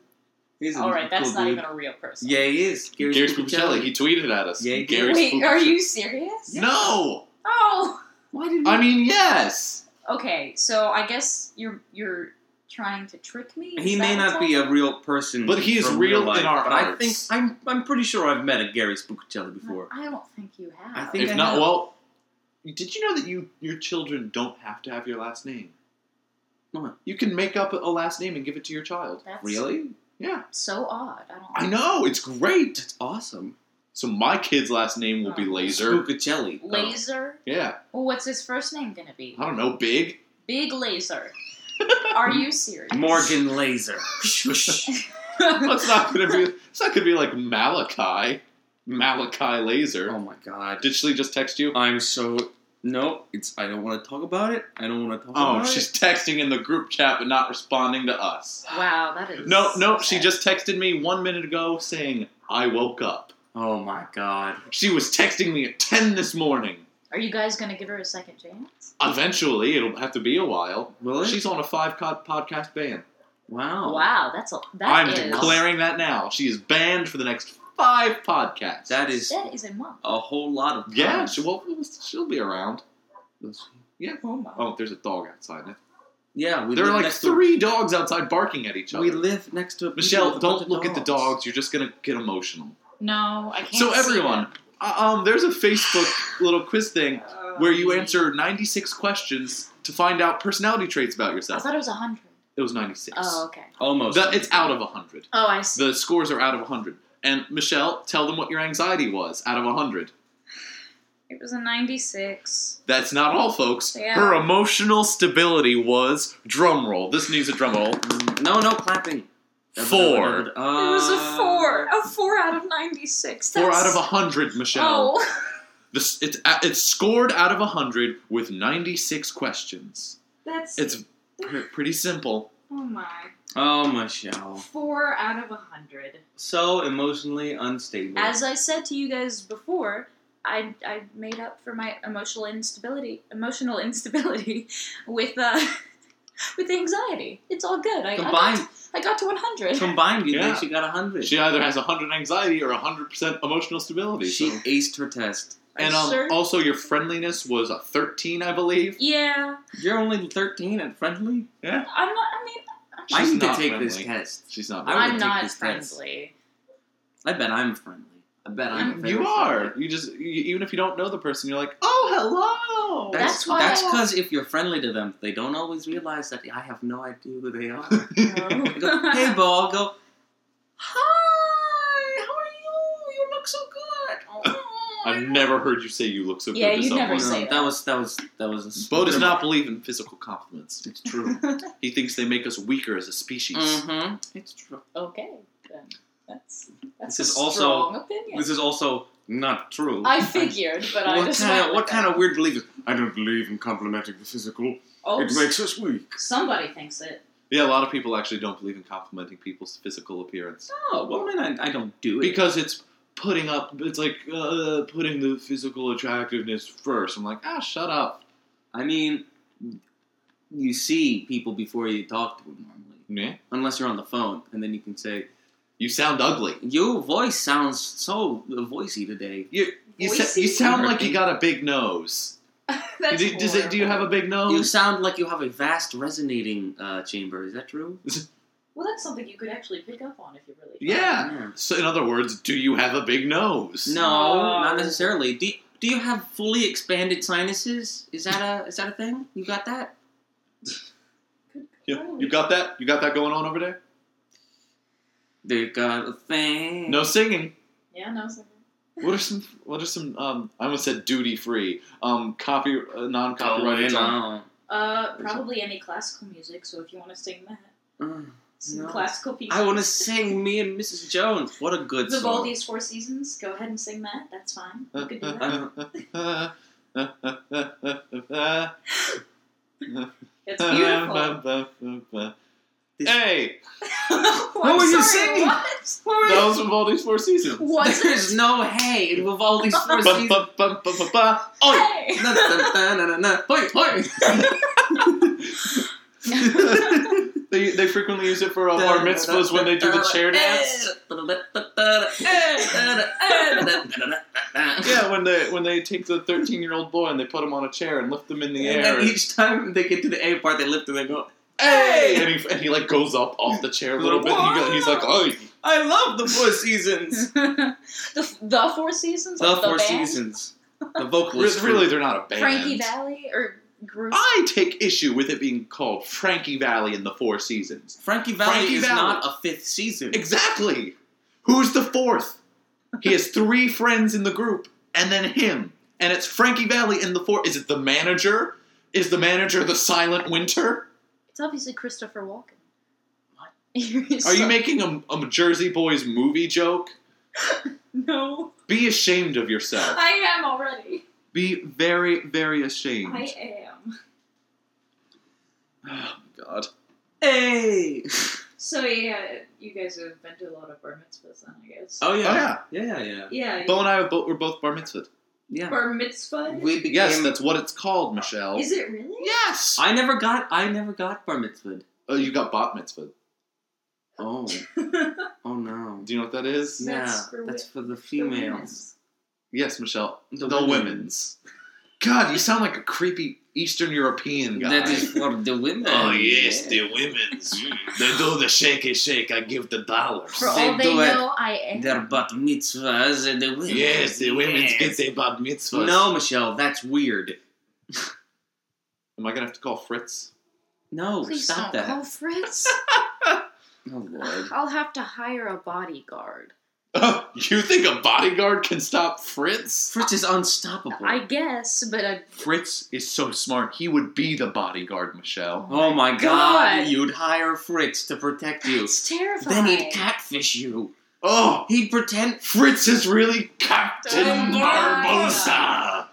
[SPEAKER 1] He's a
[SPEAKER 2] All right, that's
[SPEAKER 1] cool
[SPEAKER 2] not
[SPEAKER 1] dude.
[SPEAKER 2] even a real person.
[SPEAKER 1] Yeah, he is. Gary,
[SPEAKER 3] Gary Spuccelli. He tweeted at us.
[SPEAKER 1] Yeah, he did.
[SPEAKER 3] Gary
[SPEAKER 2] Wait,
[SPEAKER 3] Spuccelli.
[SPEAKER 2] are you serious?
[SPEAKER 3] No,
[SPEAKER 2] Oh.
[SPEAKER 1] Why did
[SPEAKER 3] I mean yes.
[SPEAKER 2] Okay, so I guess you're you're trying to trick me. Is
[SPEAKER 1] He
[SPEAKER 2] that
[SPEAKER 1] may
[SPEAKER 2] what's
[SPEAKER 1] not be
[SPEAKER 2] happening?
[SPEAKER 1] a real person,
[SPEAKER 3] But he is
[SPEAKER 1] from
[SPEAKER 3] real
[SPEAKER 1] real life,
[SPEAKER 3] in our
[SPEAKER 1] but I think
[SPEAKER 3] hearts.
[SPEAKER 1] I'm. I'm pretty sure I've met a Gary Spuccelli before.
[SPEAKER 2] I don't think you have.
[SPEAKER 1] I think
[SPEAKER 3] if
[SPEAKER 1] I
[SPEAKER 3] not,
[SPEAKER 1] have-
[SPEAKER 3] well, did you know that you your children don't have to have your last name?
[SPEAKER 1] What?
[SPEAKER 3] You can make up a last name and give it to your child.
[SPEAKER 2] that's
[SPEAKER 1] Really?
[SPEAKER 3] Yeah,
[SPEAKER 2] so odd. I don't.
[SPEAKER 3] I know it's great.
[SPEAKER 1] That's awesome.
[SPEAKER 3] So my kid's last name will be
[SPEAKER 2] Oh.
[SPEAKER 3] Laser.
[SPEAKER 1] Spucacelli.
[SPEAKER 2] Laser.
[SPEAKER 3] Yeah,
[SPEAKER 2] Well, what's his first name gonna be?
[SPEAKER 3] I don't know, Big.
[SPEAKER 2] Big
[SPEAKER 3] [laughs]
[SPEAKER 2] Laser. Are you serious?
[SPEAKER 1] Oh.
[SPEAKER 2] [laughs]
[SPEAKER 1] Morgan Laser.
[SPEAKER 3] That's not gonna
[SPEAKER 1] [laughs]
[SPEAKER 3] be. It's not gonna be like Malachi, Malachi Laser.
[SPEAKER 4] Oh my god.
[SPEAKER 3] Did she just text you?
[SPEAKER 1] I'm so no. It's I don't want to talk about it. I don't want to talk.
[SPEAKER 3] Oh,
[SPEAKER 1] about
[SPEAKER 3] she's
[SPEAKER 1] it.
[SPEAKER 3] texting in the group chat but not responding to us.
[SPEAKER 2] wow, that is.
[SPEAKER 3] No, no, she
[SPEAKER 2] sad.
[SPEAKER 3] just texted me one minute ago saying I woke up.
[SPEAKER 1] Oh my god.
[SPEAKER 3] She was texting me at ten this morning.
[SPEAKER 2] Are you guys gonna give her a second chance?
[SPEAKER 3] Eventually, it'll have to be a while.
[SPEAKER 1] Really?
[SPEAKER 3] She's on a five co- podcast ban.
[SPEAKER 1] wow.
[SPEAKER 2] Wow, that's a that
[SPEAKER 3] I'm
[SPEAKER 2] is
[SPEAKER 3] declaring that now. She is banned for the next five podcasts.
[SPEAKER 1] That is
[SPEAKER 2] that is a month.
[SPEAKER 3] Oh.
[SPEAKER 1] a whole lot of
[SPEAKER 3] yeah.
[SPEAKER 1] time.
[SPEAKER 3] She, well, she'll be around. Yeah.
[SPEAKER 2] Oh my.
[SPEAKER 3] Oh, there's a dog outside.
[SPEAKER 1] Yeah, we
[SPEAKER 3] there
[SPEAKER 1] live
[SPEAKER 3] are like
[SPEAKER 1] next
[SPEAKER 3] three dogs outside barking at each
[SPEAKER 1] To,
[SPEAKER 3] other.
[SPEAKER 1] we live next to a
[SPEAKER 3] Michelle,
[SPEAKER 1] people with a
[SPEAKER 3] don't look
[SPEAKER 1] bunch
[SPEAKER 3] at the
[SPEAKER 1] of dogs.
[SPEAKER 3] dogs. You're just gonna get emotional.
[SPEAKER 2] No, I can't.
[SPEAKER 3] So
[SPEAKER 2] see
[SPEAKER 3] everyone,
[SPEAKER 2] them.
[SPEAKER 3] uh, um, there's a Facebook little quiz thing where
[SPEAKER 2] Oh.
[SPEAKER 3] you answer 96 questions to find out personality traits about
[SPEAKER 2] I
[SPEAKER 3] yourself.
[SPEAKER 2] thought it was a hundred.
[SPEAKER 3] It was 96.
[SPEAKER 2] Oh, okay.
[SPEAKER 1] Almost.
[SPEAKER 3] The- it's out of 100.
[SPEAKER 2] Oh, I see.
[SPEAKER 3] The scores are out of 100. And Michelle, tell them what your anxiety was out of 100.
[SPEAKER 2] It was a ninety-six.
[SPEAKER 3] That's not all, folks.
[SPEAKER 2] Yeah.
[SPEAKER 3] Her emotional stability was drum roll. This needs a drum roll.
[SPEAKER 1] Mm, no, no clapping.
[SPEAKER 3] Four.
[SPEAKER 1] It
[SPEAKER 2] it was
[SPEAKER 1] Uh,
[SPEAKER 2] a four. A four out of ninety-six. That's,
[SPEAKER 3] Uh, Four out of 100, Michelle.
[SPEAKER 2] Oh, [laughs]
[SPEAKER 3] This, it's, a- it's scored out of 100 with 96 questions.
[SPEAKER 2] that's
[SPEAKER 3] It's pre- pretty simple.
[SPEAKER 2] oh my.
[SPEAKER 1] Oh, Michelle.
[SPEAKER 2] Four out of a hundred.
[SPEAKER 1] So emotionally unstable.
[SPEAKER 2] As I said to you guys before, I, I made up for my emotional instability, emotional instability, [laughs] with uh, with anxiety. It's all good. I, I got, [laughs]
[SPEAKER 1] combined,
[SPEAKER 2] to, I got to one hundred.
[SPEAKER 1] combined, you
[SPEAKER 3] Yeah.
[SPEAKER 1] think she got a hundred?
[SPEAKER 3] She either has 100 anxiety or 100% emotional stability.
[SPEAKER 1] She
[SPEAKER 3] so-
[SPEAKER 1] aced her test.
[SPEAKER 3] And um,
[SPEAKER 2] Sure.
[SPEAKER 3] also, your friendliness was a 13, I believe.
[SPEAKER 2] yeah,
[SPEAKER 1] You're only thirteen and friendly.
[SPEAKER 2] I'm not. I mean,
[SPEAKER 1] I
[SPEAKER 3] She's
[SPEAKER 1] need to
[SPEAKER 3] not
[SPEAKER 1] take this
[SPEAKER 3] friendly.
[SPEAKER 1] test.
[SPEAKER 3] She's not.
[SPEAKER 1] I would
[SPEAKER 2] I'm
[SPEAKER 1] take
[SPEAKER 2] not
[SPEAKER 1] this test.
[SPEAKER 3] [laughs]
[SPEAKER 2] friendly.
[SPEAKER 1] I bet I'm friendly. I bet I'm.
[SPEAKER 2] I'm-
[SPEAKER 1] very
[SPEAKER 3] you
[SPEAKER 1] friendly.
[SPEAKER 3] are. You just you, even if you don't know the person, you're like, oh, hello.
[SPEAKER 1] That's
[SPEAKER 2] That's why-
[SPEAKER 1] That's because if you're friendly to them, they don't always realize that I have no idea who they
[SPEAKER 2] [laughs]
[SPEAKER 1] are. I go, hey, Bo. I'll go. Hi. How are you? You look so good. Oh,
[SPEAKER 3] [laughs] I've never heard you say you look so
[SPEAKER 2] Yeah,
[SPEAKER 3] good. to
[SPEAKER 2] you'd
[SPEAKER 3] someone.
[SPEAKER 2] never
[SPEAKER 3] [laughs]
[SPEAKER 1] No,
[SPEAKER 2] say
[SPEAKER 1] that.
[SPEAKER 2] that.
[SPEAKER 1] was that was that was. A
[SPEAKER 3] Bo does not believe in physical compliments.
[SPEAKER 1] [laughs]
[SPEAKER 3] It's true. he thinks they make us weaker as a species.
[SPEAKER 1] Mm-hmm. It's true.
[SPEAKER 2] okay, then that's that's
[SPEAKER 1] This
[SPEAKER 2] a
[SPEAKER 1] is also-
[SPEAKER 2] strong opinion.
[SPEAKER 1] This is also not true.
[SPEAKER 2] I figured, but I
[SPEAKER 1] what
[SPEAKER 2] just
[SPEAKER 1] kind
[SPEAKER 2] went
[SPEAKER 1] of what
[SPEAKER 2] with
[SPEAKER 1] kind
[SPEAKER 2] it.
[SPEAKER 1] of weird belief? is- I don't believe in complimenting the physical.
[SPEAKER 2] Oh,
[SPEAKER 1] It makes us weak.
[SPEAKER 2] somebody thinks it.
[SPEAKER 3] Yeah, a lot of people actually don't believe in complimenting people's physical appearance.
[SPEAKER 1] Oh well, then I, I don't do it
[SPEAKER 3] because it's putting up it's like uh, putting the physical attractiveness first i'm like ah shut up
[SPEAKER 1] I mean, you see people before you talk to them normally,
[SPEAKER 3] Meh.
[SPEAKER 1] unless you're on the phone, and then you can say,
[SPEAKER 3] you sound ugly
[SPEAKER 1] "Your voice sounds so voicey today."
[SPEAKER 3] you, sa-
[SPEAKER 2] Voicey?
[SPEAKER 3] you
[SPEAKER 2] [laughs]
[SPEAKER 3] sound like you got a big nose
[SPEAKER 2] That's
[SPEAKER 3] do, does it, do you
[SPEAKER 2] horrible.
[SPEAKER 3] have a big
[SPEAKER 1] You
[SPEAKER 3] nose
[SPEAKER 1] sound like you have a vast resonating uh, chamber. Is that true?
[SPEAKER 2] Well, that's something you could actually pick up on if you really.
[SPEAKER 3] yeah so in other words do you have a big nose
[SPEAKER 1] No, not necessarily. Do do you have fully expanded sinuses? Is that a is that a thing? You got that?
[SPEAKER 3] you, you got that you got that going on over there
[SPEAKER 1] They got a thing.
[SPEAKER 3] no singing
[SPEAKER 2] Yeah, no. Second.
[SPEAKER 3] what are some what are some um i almost said duty free um copy uh, non-copyrighted
[SPEAKER 1] going
[SPEAKER 3] song-
[SPEAKER 1] on.
[SPEAKER 2] Uh, probably any classical music. So if you want to sing that,
[SPEAKER 1] Mm.
[SPEAKER 2] some
[SPEAKER 1] No.
[SPEAKER 2] classical pieces.
[SPEAKER 1] I want to sing "Me and Mrs. Jones." What a good song!
[SPEAKER 2] Vivaldi's Four Seasons. Go ahead and sing that. That's fine. You could do that.
[SPEAKER 1] Uh,
[SPEAKER 2] It's
[SPEAKER 3] Uh-huh,
[SPEAKER 2] beautiful.
[SPEAKER 1] This-
[SPEAKER 3] Hey,
[SPEAKER 2] [laughs] what
[SPEAKER 1] were you
[SPEAKER 2] sorry,
[SPEAKER 1] singing?
[SPEAKER 2] What?
[SPEAKER 3] that was Vivaldi's Four Seasons.
[SPEAKER 2] [laughs] Was
[SPEAKER 1] [laughs] There's
[SPEAKER 2] it?
[SPEAKER 1] no hay in [laughs] Vivaldi's four
[SPEAKER 3] Ba,
[SPEAKER 1] seasons.
[SPEAKER 3] ba, ba, ba, ba, ba.
[SPEAKER 2] [laughs]
[SPEAKER 3] Oi!
[SPEAKER 2] Hey!
[SPEAKER 1] Na, na, na, na, na, na. Hoi,
[SPEAKER 3] [laughs]
[SPEAKER 1] hoi.
[SPEAKER 2] [laughs]
[SPEAKER 3] They, they frequently use it for uh, bar mitzvahs when they do the
[SPEAKER 1] [laughs]
[SPEAKER 3] chair dance. Yeah, when they when they take the thirteen year old boy and they put him on a chair and lift him in the
[SPEAKER 1] And
[SPEAKER 3] air.
[SPEAKER 1] then each time they get to the A part, they lift and they go,
[SPEAKER 3] hey! And he, and he like goes up off the chair a little bit. And he go, he's like, oi!
[SPEAKER 1] "I love the [laughs] Four Seasons."
[SPEAKER 2] [laughs] the, the Four Seasons?
[SPEAKER 1] the
[SPEAKER 2] Like
[SPEAKER 1] Four
[SPEAKER 2] band?
[SPEAKER 1] Seasons. [laughs] The vocalist.
[SPEAKER 3] Really, they're not a band.
[SPEAKER 2] Frankie Valley or group?
[SPEAKER 3] I take issue with it being called Frankie Valley in the Four Seasons.
[SPEAKER 1] Frankie Valley
[SPEAKER 3] Frankie
[SPEAKER 1] is
[SPEAKER 3] Valli.
[SPEAKER 1] not a fifth season.
[SPEAKER 3] Exactly. Who's the fourth? He has three friends in the group, and then him. And it's Frankie Valley and the four. Is it the manager? Is the manager the Silent Winter?
[SPEAKER 2] It's obviously Christopher Walken.
[SPEAKER 1] What?
[SPEAKER 2] What? [laughs]
[SPEAKER 3] Are you making a, a Jersey Boys movie joke?
[SPEAKER 2] No,
[SPEAKER 3] Be ashamed of yourself.
[SPEAKER 2] I am already.
[SPEAKER 3] Be very, very ashamed.
[SPEAKER 2] I am.
[SPEAKER 3] [sighs] Oh, God.
[SPEAKER 1] Hey.
[SPEAKER 2] So yeah, you guys have been to a lot of bar mitzvahs, then I guess.
[SPEAKER 1] Oh
[SPEAKER 3] Oh, yeah.
[SPEAKER 1] yeah, yeah, yeah.
[SPEAKER 2] Yeah.
[SPEAKER 3] Bo and I were both, were both bar mitzvahed.
[SPEAKER 1] yeah.
[SPEAKER 2] bar mitzvah.
[SPEAKER 1] We became.
[SPEAKER 3] Yes, that's what it's called, Michelle.
[SPEAKER 2] Is it really?
[SPEAKER 3] yes!
[SPEAKER 1] I never got. I never got bar mitzvahed.
[SPEAKER 3] oh, you got bat mitzvah.
[SPEAKER 1] Oh, oh no.
[SPEAKER 3] Do you know what that is?
[SPEAKER 2] That's
[SPEAKER 1] yeah,
[SPEAKER 2] for
[SPEAKER 1] that's
[SPEAKER 2] wi-
[SPEAKER 1] for the
[SPEAKER 2] The women. [laughs]
[SPEAKER 1] females.
[SPEAKER 3] Yes, Michelle.
[SPEAKER 1] The
[SPEAKER 3] The,
[SPEAKER 1] women.
[SPEAKER 3] women's. God, you sound like a creepy Eastern European guy. Oh,
[SPEAKER 1] That
[SPEAKER 3] [laughs]
[SPEAKER 1] is for the women. yeah.
[SPEAKER 3] women's. they do the shakey shake. I give the dollars.
[SPEAKER 2] For
[SPEAKER 1] They
[SPEAKER 2] all they
[SPEAKER 1] do it.
[SPEAKER 2] know, I am.
[SPEAKER 1] Their bat mitzvahs and the women. Yes.
[SPEAKER 3] their bat mitzvahs.
[SPEAKER 1] No, Michelle, that's weird.
[SPEAKER 3] Am I gonna have to call Fritz?
[SPEAKER 1] No,
[SPEAKER 2] Please
[SPEAKER 1] stop
[SPEAKER 2] don't
[SPEAKER 1] that.
[SPEAKER 2] call [laughs] Fritz.
[SPEAKER 1] Oh lord.
[SPEAKER 2] I'll have to hire a bodyguard.
[SPEAKER 3] [laughs] you think a bodyguard can stop Fritz?
[SPEAKER 1] [sighs] Fritz is unstoppable.
[SPEAKER 2] I guess, but uh, I,
[SPEAKER 3] Fritz is so smart. He would be the bodyguard, Michelle.
[SPEAKER 1] oh my god.
[SPEAKER 2] God.
[SPEAKER 1] You'd hire Fritz to protect you.
[SPEAKER 2] it's
[SPEAKER 1] then
[SPEAKER 2] terrifying.
[SPEAKER 1] he'd catfish you.
[SPEAKER 3] Oh,
[SPEAKER 1] He'd pretend.
[SPEAKER 3] Fritz is really Captain
[SPEAKER 2] Oh,
[SPEAKER 3] Barbosa.
[SPEAKER 2] wow.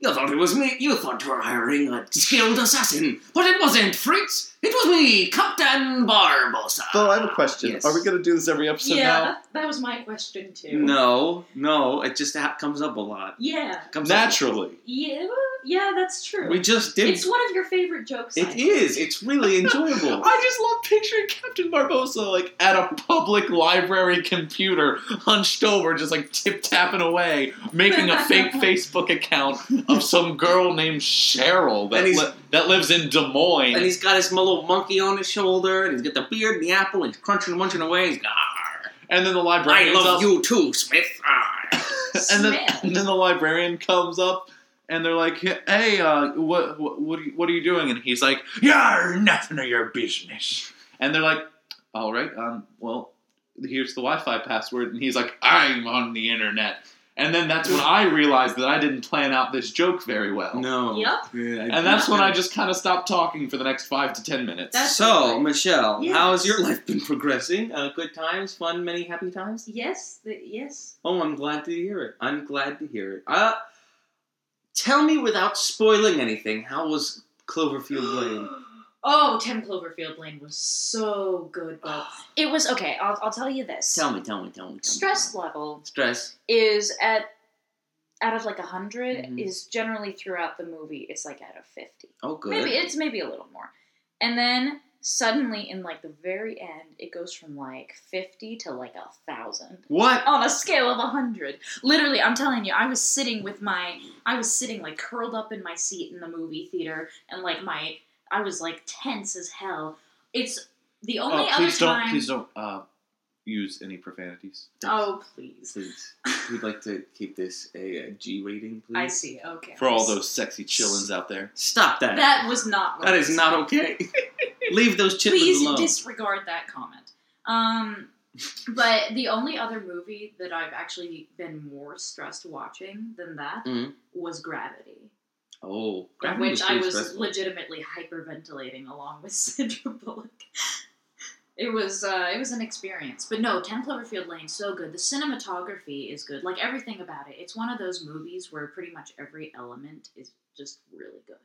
[SPEAKER 1] You thought it was me. You thought you were hiring a skilled assassin. But it wasn't Fritz. It was me, Captain Barbosa.
[SPEAKER 3] Bo, I have a question.
[SPEAKER 1] Yes.
[SPEAKER 3] Are we gonna do this every episode
[SPEAKER 2] yeah,
[SPEAKER 3] now?
[SPEAKER 2] that, that was my question too.
[SPEAKER 1] No, no, it just ha- comes up a lot.
[SPEAKER 2] Yeah.
[SPEAKER 1] Comes up-
[SPEAKER 3] Naturally.
[SPEAKER 2] Yeah. Yeah, that's true.
[SPEAKER 1] We just did.
[SPEAKER 2] it's one of your favorite jokes. I
[SPEAKER 1] It
[SPEAKER 2] think. [laughs]
[SPEAKER 1] is. It's really enjoyable.
[SPEAKER 3] [laughs] I just love picturing Captain Barbosa like at a public library computer, hunched over, just like tip tapping away, making a fake Facebook account of some girl named Cheryl that
[SPEAKER 1] And he's-
[SPEAKER 3] li- that lives in Des Moines.
[SPEAKER 1] and he's got his little monkey on his shoulder, and he's got the beard and the apple, and he's crunching and munching away. He's got,
[SPEAKER 3] And then the
[SPEAKER 1] I
[SPEAKER 3] librarian
[SPEAKER 1] love
[SPEAKER 3] up,
[SPEAKER 1] you too, Smith. Arr.
[SPEAKER 3] and then,
[SPEAKER 2] Smith.
[SPEAKER 3] and then the librarian comes up. And they're like, "Hey, uh, what, what, what, are you, what are you doing?" And he's like, "You're nothing of your business." And they're like, all right, um, well, here's the Wi-Fi password, and he's like, I'm on the internet, and then that's when I realized that I didn't plan out this joke very well,
[SPEAKER 1] No.
[SPEAKER 2] Yep.
[SPEAKER 1] Yeah,
[SPEAKER 3] and that's when I just kind of stopped talking for the next five to ten minutes.
[SPEAKER 2] That's-
[SPEAKER 1] so, Michelle,
[SPEAKER 2] Yes.
[SPEAKER 1] how has your life been progressing? Uh, good times, fun, many happy times.
[SPEAKER 2] Yes. The, yes.
[SPEAKER 1] Oh, I'm glad to hear it. I'm glad to hear it. Uh, tell me without spoiling anything. How was
[SPEAKER 2] [gasps]
[SPEAKER 1] Cloverfield Lane?
[SPEAKER 2] Oh, 10 Cloverfield Lane was so good, but
[SPEAKER 1] [sighs]
[SPEAKER 2] it was okay. I'll, I'll tell you this.
[SPEAKER 1] tell me, tell me, tell me. Tell
[SPEAKER 2] Stress
[SPEAKER 1] Me.
[SPEAKER 2] level
[SPEAKER 1] Stress.
[SPEAKER 2] is at out of like a 100
[SPEAKER 3] Mm-hmm.
[SPEAKER 1] Mhm.
[SPEAKER 2] is generally throughout the movie it's like out of 50.
[SPEAKER 1] Oh, good.
[SPEAKER 2] Maybe it's maybe a little more. And then suddenly in like the very end it goes from like 50 to like a 1000.
[SPEAKER 1] What?
[SPEAKER 2] on a scale of 100 literally i'm telling you i was sitting with my i was sitting like curled up in my seat in the movie theater and like my i was like tense as hell it's the only
[SPEAKER 3] oh,
[SPEAKER 2] other
[SPEAKER 3] please
[SPEAKER 2] time
[SPEAKER 3] don't, please don't uh, use any profanities.
[SPEAKER 2] oh please
[SPEAKER 1] Please. We'd like to keep this a, uh, G rating, please.
[SPEAKER 2] i see okay
[SPEAKER 3] Mm-hmm. For all those sexy chillins out there,
[SPEAKER 1] Stop that.
[SPEAKER 2] that was not
[SPEAKER 1] that is not
[SPEAKER 2] [laughs]
[SPEAKER 1] okay. Leave those chitlins
[SPEAKER 2] please
[SPEAKER 1] alone.
[SPEAKER 2] disregard that comment um but the only other movie that i've actually been more stressed watching than that
[SPEAKER 1] Mhm.
[SPEAKER 2] was gravity
[SPEAKER 1] oh,
[SPEAKER 2] in
[SPEAKER 1] gravity
[SPEAKER 2] which I
[SPEAKER 1] pretty
[SPEAKER 2] was
[SPEAKER 1] stressful.
[SPEAKER 2] legitimately hyperventilating along with [laughs] Sandra Bullock. It was uh, it was an experience, but no, Ten Cloverfield Lane so good. The cinematography is good, like everything about it. It's one of those movies where pretty much every element is just really good.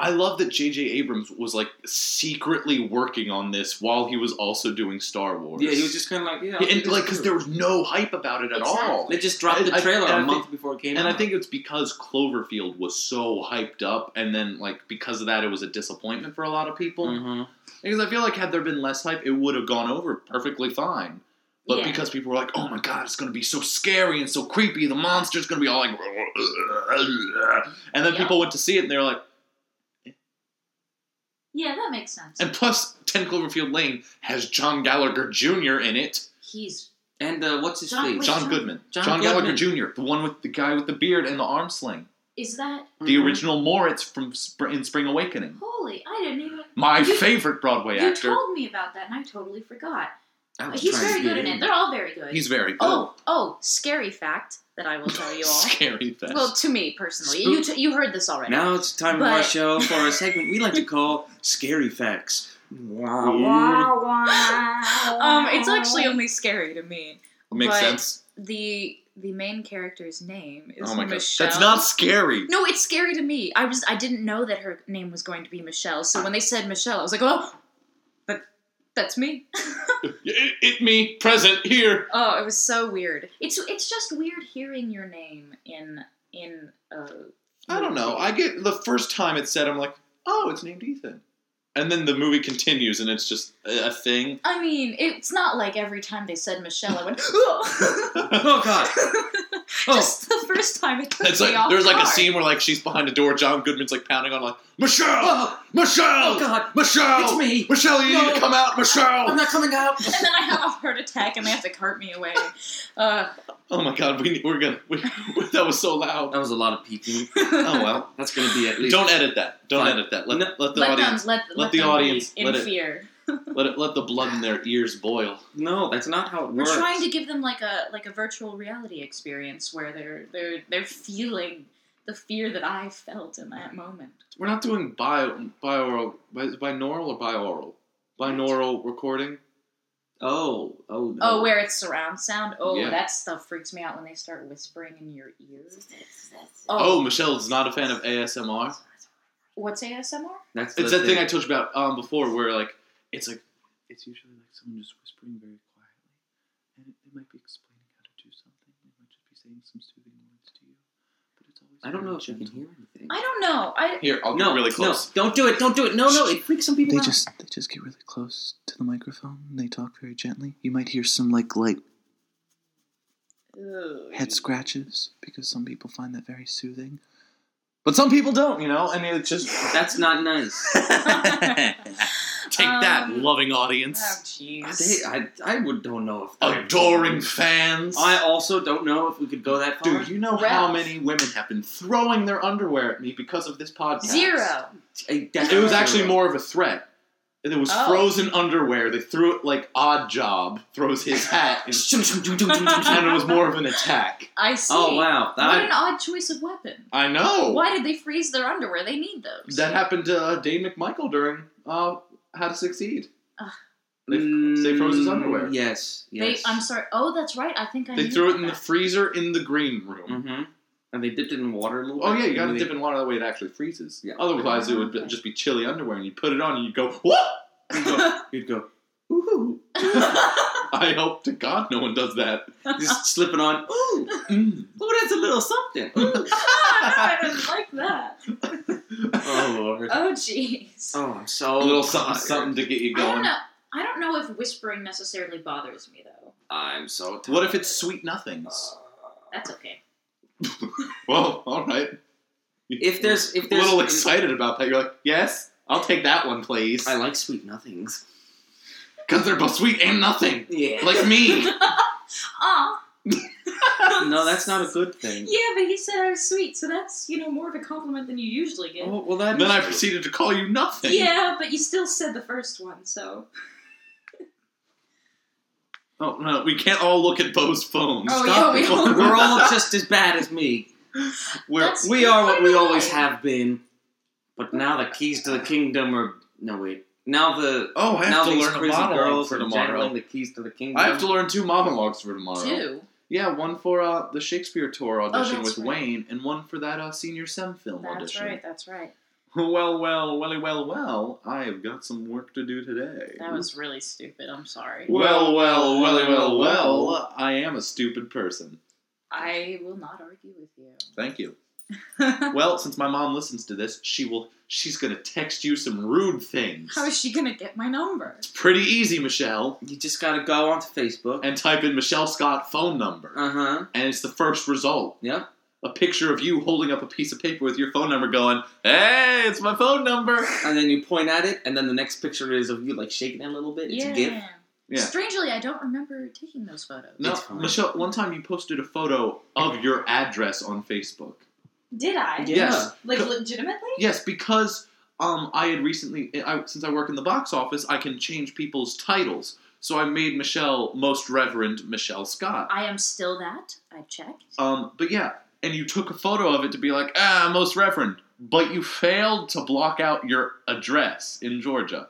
[SPEAKER 3] I love that J.J. Abrams was like secretly working on this while he was also doing Star Wars.
[SPEAKER 1] Yeah, he was just kind of like, yeah. I'll
[SPEAKER 3] and,
[SPEAKER 1] just
[SPEAKER 3] like because
[SPEAKER 1] do it.
[SPEAKER 3] there was no hype about it at all.
[SPEAKER 1] They just dropped the
[SPEAKER 3] I- I-
[SPEAKER 1] trailer
[SPEAKER 3] and I
[SPEAKER 1] a month before it came
[SPEAKER 3] And
[SPEAKER 1] out.
[SPEAKER 3] I think it's because Cloverfield was so hyped up, and then like because of that, it was a disappointment for a lot of people.
[SPEAKER 1] Mhm.
[SPEAKER 3] Because I feel like had there been less hype, it would have gone over perfectly fine. But
[SPEAKER 2] Yeah.
[SPEAKER 3] because people were like, "Oh my god, it's gonna be so scary and so creepy," the monster's gonna be all like, and then
[SPEAKER 2] Yeah.
[SPEAKER 3] people went to see it, and they were like,
[SPEAKER 2] Yeah, that makes sense.
[SPEAKER 3] and plus, Ten Cloverfield Lane has John Gallagher Jr. in it,
[SPEAKER 2] He's
[SPEAKER 1] And uh, what's his
[SPEAKER 2] John-
[SPEAKER 1] face?
[SPEAKER 2] wait,
[SPEAKER 3] John
[SPEAKER 2] John-
[SPEAKER 3] Goodman,
[SPEAKER 1] John
[SPEAKER 3] Gallagher Jr., the one with the guy with the beard and the arm sling,
[SPEAKER 2] is that
[SPEAKER 3] the
[SPEAKER 1] Mhm.
[SPEAKER 3] original Moritz from Spr- in Spring Awakening.
[SPEAKER 2] holy? I didn't even
[SPEAKER 3] My
[SPEAKER 2] You-
[SPEAKER 3] favorite Broadway
[SPEAKER 2] you
[SPEAKER 3] actor.
[SPEAKER 2] told me about that, and I totally forgot.
[SPEAKER 1] I was
[SPEAKER 2] He's
[SPEAKER 1] trying
[SPEAKER 2] very
[SPEAKER 1] to
[SPEAKER 2] good
[SPEAKER 1] get
[SPEAKER 2] in
[SPEAKER 1] in.
[SPEAKER 2] it. They're all very good.
[SPEAKER 3] He's very good.
[SPEAKER 2] oh, oh, scary fact that I will tell you
[SPEAKER 3] [laughs]
[SPEAKER 2] all.
[SPEAKER 3] Scary fest.
[SPEAKER 2] well, to me personally,
[SPEAKER 1] Spook-
[SPEAKER 2] you t- you heard this already.
[SPEAKER 1] Now it's time for our
[SPEAKER 2] But-
[SPEAKER 1] show for a segment we like
[SPEAKER 2] [laughs]
[SPEAKER 1] to call Scary Facts. Wow.
[SPEAKER 2] Um, it's actually only scary to me.
[SPEAKER 3] Makes
[SPEAKER 2] but-
[SPEAKER 3] sense.
[SPEAKER 2] The the main character's name is
[SPEAKER 3] Oh my gosh.
[SPEAKER 2] Michelle.
[SPEAKER 3] That's not scary.
[SPEAKER 2] No, it's scary to me. I was I didn't know that her name was going to be Michelle. So when they said Michelle, I was like, oh, that that's me.
[SPEAKER 3] It, it me present here.
[SPEAKER 2] Oh, it was so weird. It's it's just weird hearing your name in in. Uh,
[SPEAKER 3] I don't know. I get the first time it's said, I'm like, oh, it's named Ethan. And then the movie continues, and it's just a a thing.
[SPEAKER 2] I mean, it's not like every time they said Michelle, I went.
[SPEAKER 3] [laughs]
[SPEAKER 1] Oh God. Oh.
[SPEAKER 2] [laughs] Just the first time it took
[SPEAKER 3] It's
[SPEAKER 2] me
[SPEAKER 3] like
[SPEAKER 2] off
[SPEAKER 3] there's like a
[SPEAKER 2] guard.
[SPEAKER 3] scene where like she's behind a door. John Goodman's like pounding on like Michelle,
[SPEAKER 1] Oh,
[SPEAKER 3] Michelle,
[SPEAKER 1] oh God.
[SPEAKER 3] Michelle,
[SPEAKER 1] It's me.
[SPEAKER 3] Michelle, you need
[SPEAKER 1] No.
[SPEAKER 3] to come out,
[SPEAKER 1] I'm
[SPEAKER 2] oh.
[SPEAKER 3] Michelle.
[SPEAKER 1] not coming out.
[SPEAKER 2] and then I have a heart attack, and they have to cart me away. Uh,
[SPEAKER 3] Oh my God, we we're gonna we, that was so loud.
[SPEAKER 1] That was a lot of peeking.
[SPEAKER 3] Oh well,
[SPEAKER 1] That's going to be at least.
[SPEAKER 3] [laughs] don't edit that. Don't
[SPEAKER 1] Fine.
[SPEAKER 3] edit that. Let,
[SPEAKER 1] No.
[SPEAKER 3] let the
[SPEAKER 2] [laughs] let them
[SPEAKER 3] audience
[SPEAKER 2] let,
[SPEAKER 3] let
[SPEAKER 2] let
[SPEAKER 3] the
[SPEAKER 2] them be
[SPEAKER 3] audience-
[SPEAKER 2] in
[SPEAKER 3] let it-
[SPEAKER 2] fear.
[SPEAKER 3] let it let the blood in their ears boil.
[SPEAKER 1] No, that's not how it
[SPEAKER 2] We're
[SPEAKER 1] works.
[SPEAKER 2] trying to give them like a like a virtual reality experience where they're they're they're feeling the fear that I felt in that moment.
[SPEAKER 3] We're not doing bio binaural bi- binaural or bioral binaural recording.
[SPEAKER 1] Oh, oh no.
[SPEAKER 2] Oh, where it's surround sound. Oh,
[SPEAKER 3] Yeah.
[SPEAKER 2] that stuff freaks me out when they start whispering in your ears.
[SPEAKER 3] Oh,
[SPEAKER 2] Oh,
[SPEAKER 3] Michelle's not a fan of ASMR.
[SPEAKER 2] what's ASMR?
[SPEAKER 1] That's the
[SPEAKER 3] It's that thing I told you about um, before, where like it's like it's usually like someone just whispering very quietly, and it, they might be explaining how to do something. They might just be saying some soothing words to you, but it's always.
[SPEAKER 1] I don't
[SPEAKER 3] very
[SPEAKER 1] know if you can
[SPEAKER 3] gentle.
[SPEAKER 1] hear anything.
[SPEAKER 2] I don't know. I
[SPEAKER 3] Here, I'll
[SPEAKER 1] no,
[SPEAKER 3] get really close.
[SPEAKER 1] No, don't do it. Don't do it. No, no, it freaks some people
[SPEAKER 5] They
[SPEAKER 1] out.
[SPEAKER 5] just they just get really close to the microphone. and They talk very gently. You might hear some like light
[SPEAKER 2] Ugh.
[SPEAKER 5] head scratches because some people find that very soothing, but some people don't. You know, and it's
[SPEAKER 3] [laughs]
[SPEAKER 2] [laughs]
[SPEAKER 5] just
[SPEAKER 1] That's not nice.
[SPEAKER 3] Take that,
[SPEAKER 2] Um,
[SPEAKER 3] loving
[SPEAKER 2] Oh
[SPEAKER 3] audience,
[SPEAKER 1] They-
[SPEAKER 2] jeez.
[SPEAKER 1] I, I would don't know if that- [laughs]
[SPEAKER 3] adoring fans.
[SPEAKER 1] I also don't know if we could go that far.
[SPEAKER 3] Dude, you know how
[SPEAKER 2] Ralph.
[SPEAKER 3] many women have been throwing their underwear at me because of this podcast?
[SPEAKER 2] Zero.
[SPEAKER 1] I- that's
[SPEAKER 3] It was actually
[SPEAKER 1] zero.
[SPEAKER 3] more of a threat. It was
[SPEAKER 2] Oh.
[SPEAKER 3] frozen underwear. They threw it like Odd Job throws his hat, [laughs] and, and it was more of an attack.
[SPEAKER 2] I see.
[SPEAKER 1] oh wow,
[SPEAKER 2] What
[SPEAKER 1] I,
[SPEAKER 2] an odd choice of weapon.
[SPEAKER 3] I know.
[SPEAKER 2] Why did they freeze their underwear? They need
[SPEAKER 3] Oh.
[SPEAKER 2] those.
[SPEAKER 3] That happened to uh, Dave McMichael during uh, How to Succeed.
[SPEAKER 2] Ugh.
[SPEAKER 3] They, they froze his
[SPEAKER 1] Mm,
[SPEAKER 3] underwear.
[SPEAKER 1] Yes,
[SPEAKER 2] They,
[SPEAKER 1] yes.
[SPEAKER 2] I'm sorry. Oh, that's right. I think I.
[SPEAKER 3] They
[SPEAKER 2] knew
[SPEAKER 3] threw it
[SPEAKER 2] about
[SPEAKER 3] in the
[SPEAKER 2] that.
[SPEAKER 3] freezer in the green room.
[SPEAKER 1] hmm And they dipped it in water a little.
[SPEAKER 3] Oh
[SPEAKER 1] bit,
[SPEAKER 3] yeah, you gotta
[SPEAKER 1] and
[SPEAKER 3] dip in water that way it actually freezes.
[SPEAKER 1] Yeah.
[SPEAKER 3] Otherwise, it would be-
[SPEAKER 2] Okay.
[SPEAKER 3] just be chilly underwear, and you put it on and you go, "What?"
[SPEAKER 1] You'd
[SPEAKER 3] [laughs]
[SPEAKER 2] [laughs]
[SPEAKER 1] go. You'd go Ooh,
[SPEAKER 2] Ah,
[SPEAKER 3] I hope to God no one does that.
[SPEAKER 2] Uh-huh.
[SPEAKER 1] just slip it on. Ooh,
[SPEAKER 3] Mm.
[SPEAKER 1] oh, that's a little something.
[SPEAKER 3] [laughs]
[SPEAKER 1] Ooh.
[SPEAKER 2] Ah, no, I don't like that.
[SPEAKER 1] oh lord.
[SPEAKER 2] Oh, jeez.
[SPEAKER 1] Oh, I'm so
[SPEAKER 3] a little something,
[SPEAKER 1] tired.
[SPEAKER 3] something to get you
[SPEAKER 2] I don't
[SPEAKER 3] going.
[SPEAKER 2] know. I don't know if whispering necessarily bothers me though.
[SPEAKER 1] I'm so. Tired.
[SPEAKER 3] What if it's sweet nothings?
[SPEAKER 2] That's okay.
[SPEAKER 3] Well, all right.
[SPEAKER 1] If there's if
[SPEAKER 3] a
[SPEAKER 1] there's
[SPEAKER 3] little excited about that, you're like, yes, I'll take that one, please,
[SPEAKER 1] I like sweet nothings.
[SPEAKER 3] because they're both sweet and nothing,
[SPEAKER 1] Yeah.
[SPEAKER 3] like
[SPEAKER 2] [laughs]
[SPEAKER 3] me.
[SPEAKER 2] Ah.
[SPEAKER 1] no, that's
[SPEAKER 2] [laughs]
[SPEAKER 1] not a good thing.
[SPEAKER 2] Yeah, but he said I was sweet, so that's you know more of a compliment than you usually get.
[SPEAKER 1] Oh, well, that
[SPEAKER 3] then
[SPEAKER 1] is
[SPEAKER 3] I
[SPEAKER 1] true.
[SPEAKER 3] proceeded to call you nothing.
[SPEAKER 2] yeah, but you still said the first one, so.
[SPEAKER 3] Oh no, we can't all look at Bo's phone.
[SPEAKER 2] Oh,
[SPEAKER 3] Stop
[SPEAKER 2] yeah,
[SPEAKER 3] it. [laughs]
[SPEAKER 2] we all-
[SPEAKER 1] We're all just as bad as me.
[SPEAKER 3] We're-
[SPEAKER 2] That's-
[SPEAKER 1] We are what we
[SPEAKER 2] Why not?
[SPEAKER 1] always have been. But now the keys to the kingdom are no wait. Now the
[SPEAKER 3] oh, I
[SPEAKER 1] now
[SPEAKER 3] have to
[SPEAKER 1] these
[SPEAKER 3] learn a
[SPEAKER 1] crazy
[SPEAKER 3] monologue
[SPEAKER 1] girls
[SPEAKER 3] for
[SPEAKER 1] are jangling
[SPEAKER 3] tomorrow.
[SPEAKER 1] the keys to the kingdom.
[SPEAKER 3] I have to learn two monologues for tomorrow.
[SPEAKER 2] Two. Oh,
[SPEAKER 3] Yeah, one for uh, the Shakespeare tour audition with
[SPEAKER 2] that's right.
[SPEAKER 3] Wayne, and one for that uh, senior sem film
[SPEAKER 2] That's
[SPEAKER 3] audition.
[SPEAKER 2] right. That's right.
[SPEAKER 3] [laughs] Well, well, welly, well, well. I have got some work to do today.
[SPEAKER 2] That was really stupid. I'm sorry.
[SPEAKER 3] Well, well, welly, well, well. I am a stupid person.
[SPEAKER 2] I will not argue with you.
[SPEAKER 3] Thank you. Well, since my mom listens to this, she will. She's gonna text you some rude things.
[SPEAKER 2] [laughs] How is she gonna get my number?
[SPEAKER 3] It's pretty easy, Michelle.
[SPEAKER 1] You just gotta go onto Facebook.
[SPEAKER 3] And type in Michelle Scott phone number,
[SPEAKER 1] Uh huh.
[SPEAKER 3] and it's the first result.
[SPEAKER 1] Yep.
[SPEAKER 3] A picture of you holding up a piece of paper with your phone number, going, "Hey, it's my phone number."
[SPEAKER 1] And then you point at it, and then the next picture is of you like shaking it a little bit. It's
[SPEAKER 2] yeah.
[SPEAKER 1] a gif.
[SPEAKER 3] Yeah.
[SPEAKER 2] Strangely, I don't remember taking those photos.
[SPEAKER 3] No,
[SPEAKER 1] It's fine.
[SPEAKER 3] Michelle. One time you posted a photo of your address on Facebook.
[SPEAKER 2] Did I?
[SPEAKER 1] Yeah.
[SPEAKER 3] Yes.
[SPEAKER 2] Like
[SPEAKER 3] Co-
[SPEAKER 2] legitimately?
[SPEAKER 3] Yes, because um, I had recently, I, since I work in the box office, I can change people's titles. So I made Michelle Most Reverend Michelle Scott.
[SPEAKER 2] I am still that. I checked.
[SPEAKER 3] Um, but yeah, and you took a photo of it to be like, ah, Most Reverend, but you failed to block out your address in Georgia.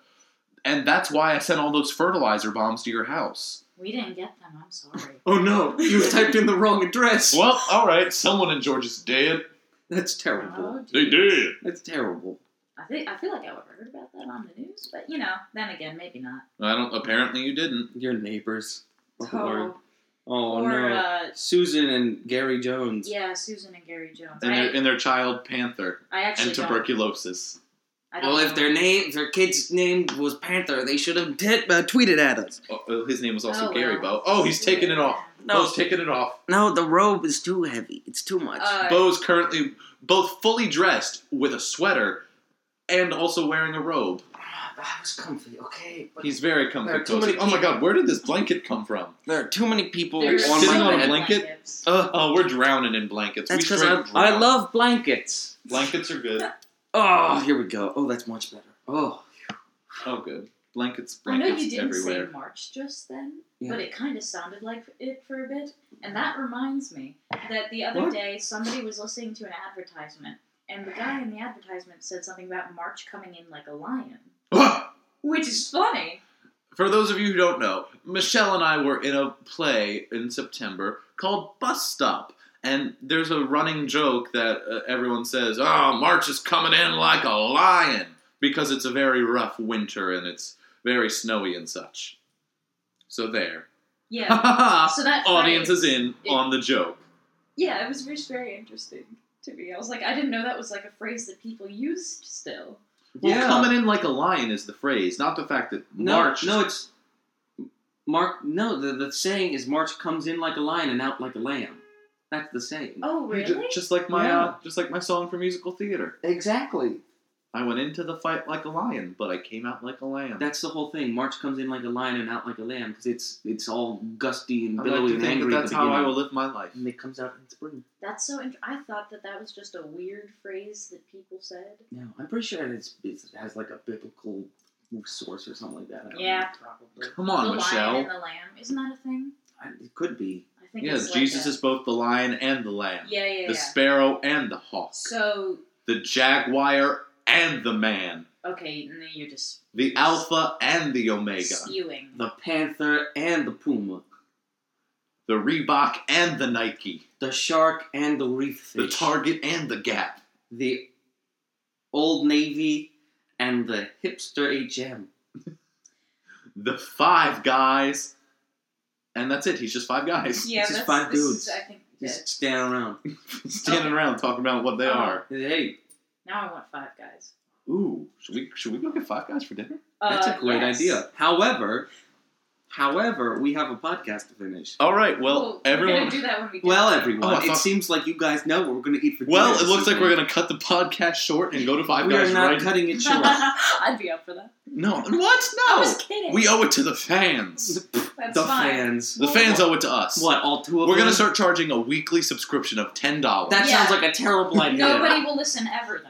[SPEAKER 3] And that's why I sent all those fertilizer bombs to your house.
[SPEAKER 2] We didn't get them. I'm sorry.
[SPEAKER 1] Oh no, you typed in the wrong address.
[SPEAKER 3] Well, all right, someone in Georgia's dead.
[SPEAKER 1] That's terrible.
[SPEAKER 2] Oh,
[SPEAKER 3] They
[SPEAKER 2] geez.
[SPEAKER 3] did.
[SPEAKER 1] That's terrible.
[SPEAKER 2] I think I feel like I would have heard about that on the news, but you know, then again, maybe not.
[SPEAKER 3] I don't. Apparently, you didn't.
[SPEAKER 1] Your neighbors. Oh,
[SPEAKER 2] Oh,
[SPEAKER 1] Lord. Oh,
[SPEAKER 2] or
[SPEAKER 1] no.
[SPEAKER 2] uh,
[SPEAKER 1] Susan and Gary Jones.
[SPEAKER 2] yeah, Susan and Gary Jones.
[SPEAKER 3] And
[SPEAKER 2] I,
[SPEAKER 3] their, and their child Panther
[SPEAKER 2] I actually
[SPEAKER 3] and tuberculosis.
[SPEAKER 2] Don't, I don't
[SPEAKER 1] Well, if
[SPEAKER 2] know.
[SPEAKER 1] their name, if their kid's name was Panther, they should have tit- uh, tweeted at us.
[SPEAKER 3] Oh, oh, his name was also
[SPEAKER 2] Oh,
[SPEAKER 3] Gary
[SPEAKER 2] well.
[SPEAKER 3] Bo. Oh, he's taking it off.
[SPEAKER 1] No.
[SPEAKER 3] Bo's taking it off.
[SPEAKER 1] No, the robe is too heavy. It's too much.
[SPEAKER 2] Uh,
[SPEAKER 3] Bo's currently both fully dressed with a sweater and also wearing a robe.
[SPEAKER 1] Ah, that was comfy. Okay, but
[SPEAKER 3] He's very
[SPEAKER 1] There
[SPEAKER 3] comfy.
[SPEAKER 1] are too
[SPEAKER 3] cozy.
[SPEAKER 1] many
[SPEAKER 3] Oh my
[SPEAKER 1] people.
[SPEAKER 3] god, where did this blanket come from?
[SPEAKER 1] there are too many people
[SPEAKER 2] There's
[SPEAKER 1] on
[SPEAKER 3] sitting
[SPEAKER 2] so
[SPEAKER 1] my
[SPEAKER 3] on a
[SPEAKER 2] many
[SPEAKER 1] bed.
[SPEAKER 3] blanket?
[SPEAKER 2] blankets.
[SPEAKER 1] Ugh,
[SPEAKER 3] Oh, we're drowning in blankets.
[SPEAKER 1] that's
[SPEAKER 3] we
[SPEAKER 1] because
[SPEAKER 3] straight
[SPEAKER 1] I, I
[SPEAKER 3] drown.
[SPEAKER 1] love [laughs] blankets.
[SPEAKER 3] blankets are good.
[SPEAKER 1] Oh, here we go. Oh, that's much better. Oh,
[SPEAKER 3] Oh, good blankets.
[SPEAKER 2] I know
[SPEAKER 3] Blankets
[SPEAKER 2] you didn't
[SPEAKER 3] everywhere.
[SPEAKER 2] say March just then,
[SPEAKER 1] Yeah.
[SPEAKER 2] but it kind of sounded like it for a bit. And that reminds me that the other
[SPEAKER 1] What?
[SPEAKER 2] day somebody was listening to an advertisement, and the guy in the advertisement said something about March coming in like a lion, which is funny.
[SPEAKER 3] For those of you who don't know, Michelle and I were in a play in September called Bus Stop. And there's a running joke that uh, everyone says, oh, March is coming in like a lion, because it's a very rough winter and it's very snowy and such. So there. [laughs]
[SPEAKER 2] Yeah.
[SPEAKER 3] Audience
[SPEAKER 2] so that phrase-
[SPEAKER 3] is in on the joke.
[SPEAKER 2] Yeah, it was just very interesting to me. I was like, I didn't know that was like a phrase that people used still.
[SPEAKER 3] Well,
[SPEAKER 1] yeah.
[SPEAKER 3] coming in like a lion is the phrase, not the fact that
[SPEAKER 1] no,
[SPEAKER 3] March.
[SPEAKER 1] No, it's Mark. No, the, the saying is March comes in like a lion and out like a lamb. That's the saying.
[SPEAKER 2] Oh,
[SPEAKER 3] You ju-
[SPEAKER 2] really?
[SPEAKER 3] Just, like my
[SPEAKER 1] Yeah.
[SPEAKER 3] uh, just like my song for musical theater.
[SPEAKER 1] Exactly.
[SPEAKER 3] I went into the fight like a lion, but I came out like a lamb.
[SPEAKER 1] That's the whole thing. March comes in like a lion and out like a lamb because it's it's all gusty and
[SPEAKER 3] I like
[SPEAKER 1] billowy
[SPEAKER 3] to
[SPEAKER 1] and
[SPEAKER 3] think
[SPEAKER 1] angry.
[SPEAKER 3] that
[SPEAKER 1] at
[SPEAKER 3] that's
[SPEAKER 1] the
[SPEAKER 3] how I
[SPEAKER 1] beginning.
[SPEAKER 3] will live my life.
[SPEAKER 1] And it comes out in spring.
[SPEAKER 2] That's so. Int- I thought that that was just a weird phrase that people said.
[SPEAKER 1] No, I'm pretty sure it's, it has like a biblical source or something like that. I don't
[SPEAKER 2] Yeah.
[SPEAKER 1] know, probably.
[SPEAKER 3] Come
[SPEAKER 2] the
[SPEAKER 3] on,
[SPEAKER 2] lion and
[SPEAKER 3] Michelle.
[SPEAKER 2] the lamb, isn't that a thing?
[SPEAKER 1] I, it could be.
[SPEAKER 2] I think
[SPEAKER 3] Yes,
[SPEAKER 2] it's
[SPEAKER 3] Jesus
[SPEAKER 2] like a-
[SPEAKER 3] is both the lion and the lamb,
[SPEAKER 2] Yeah, yeah,
[SPEAKER 3] the
[SPEAKER 2] yeah.
[SPEAKER 3] sparrow and the hawk,
[SPEAKER 2] so
[SPEAKER 3] the jaguar and the man,
[SPEAKER 2] okay, and then you're just
[SPEAKER 3] the alpha and the omega,
[SPEAKER 2] spewing.
[SPEAKER 1] The panther and the puma,
[SPEAKER 3] the Reebok and the Nike,
[SPEAKER 1] the shark and the reef
[SPEAKER 3] the
[SPEAKER 1] fish,
[SPEAKER 3] Target and the Gap,
[SPEAKER 1] the old navy and the hipster HM.
[SPEAKER 3] the Five Guys, and that's it. He's just five guys
[SPEAKER 2] yeah,
[SPEAKER 1] It's just
[SPEAKER 2] that's,
[SPEAKER 1] five
[SPEAKER 2] this
[SPEAKER 1] dudes.
[SPEAKER 2] Is, I think.
[SPEAKER 1] Just
[SPEAKER 2] that-
[SPEAKER 1] stand around.
[SPEAKER 3] [laughs] standing
[SPEAKER 2] Okay.
[SPEAKER 3] around talking about what they
[SPEAKER 2] Oh.
[SPEAKER 3] are.
[SPEAKER 1] Hey,
[SPEAKER 2] Now I want five guys.
[SPEAKER 3] Ooh, should we should we go get Five Guys for dinner?
[SPEAKER 1] that's
[SPEAKER 2] Uh,
[SPEAKER 1] a great
[SPEAKER 2] yes.
[SPEAKER 1] idea. However, however, we have a podcast to finish.
[SPEAKER 3] All right.
[SPEAKER 2] Well,
[SPEAKER 3] Well,
[SPEAKER 2] we're
[SPEAKER 3] everyone.
[SPEAKER 2] gonna do that when we. Get
[SPEAKER 1] Well,
[SPEAKER 2] there.
[SPEAKER 1] everyone,
[SPEAKER 3] Oh, I
[SPEAKER 1] it
[SPEAKER 3] thought-
[SPEAKER 1] seems like you guys know what we're going to eat for dinner.
[SPEAKER 3] Well, it
[SPEAKER 1] this
[SPEAKER 3] looks like
[SPEAKER 1] evening.
[SPEAKER 3] we're gonna cut the podcast short and go to Five
[SPEAKER 1] We
[SPEAKER 3] Guys
[SPEAKER 1] are not
[SPEAKER 3] right
[SPEAKER 1] cutting
[SPEAKER 2] [laughs]
[SPEAKER 1] it short.
[SPEAKER 2] [laughs] I'd be up for that.
[SPEAKER 3] No, what?
[SPEAKER 2] [laughs] I
[SPEAKER 3] No,
[SPEAKER 2] was kidding.
[SPEAKER 3] Oh, we owe it to the fans.
[SPEAKER 2] That's
[SPEAKER 1] [laughs] the
[SPEAKER 2] fine.
[SPEAKER 1] fans.
[SPEAKER 3] The fans owe it to us.
[SPEAKER 1] What? All two of
[SPEAKER 3] We're
[SPEAKER 1] them?
[SPEAKER 3] gonna start charging a weekly subscription of ten dollars.
[SPEAKER 1] That
[SPEAKER 2] Yeah.
[SPEAKER 1] sounds like a terrible idea.
[SPEAKER 2] Nobody will listen ever, though.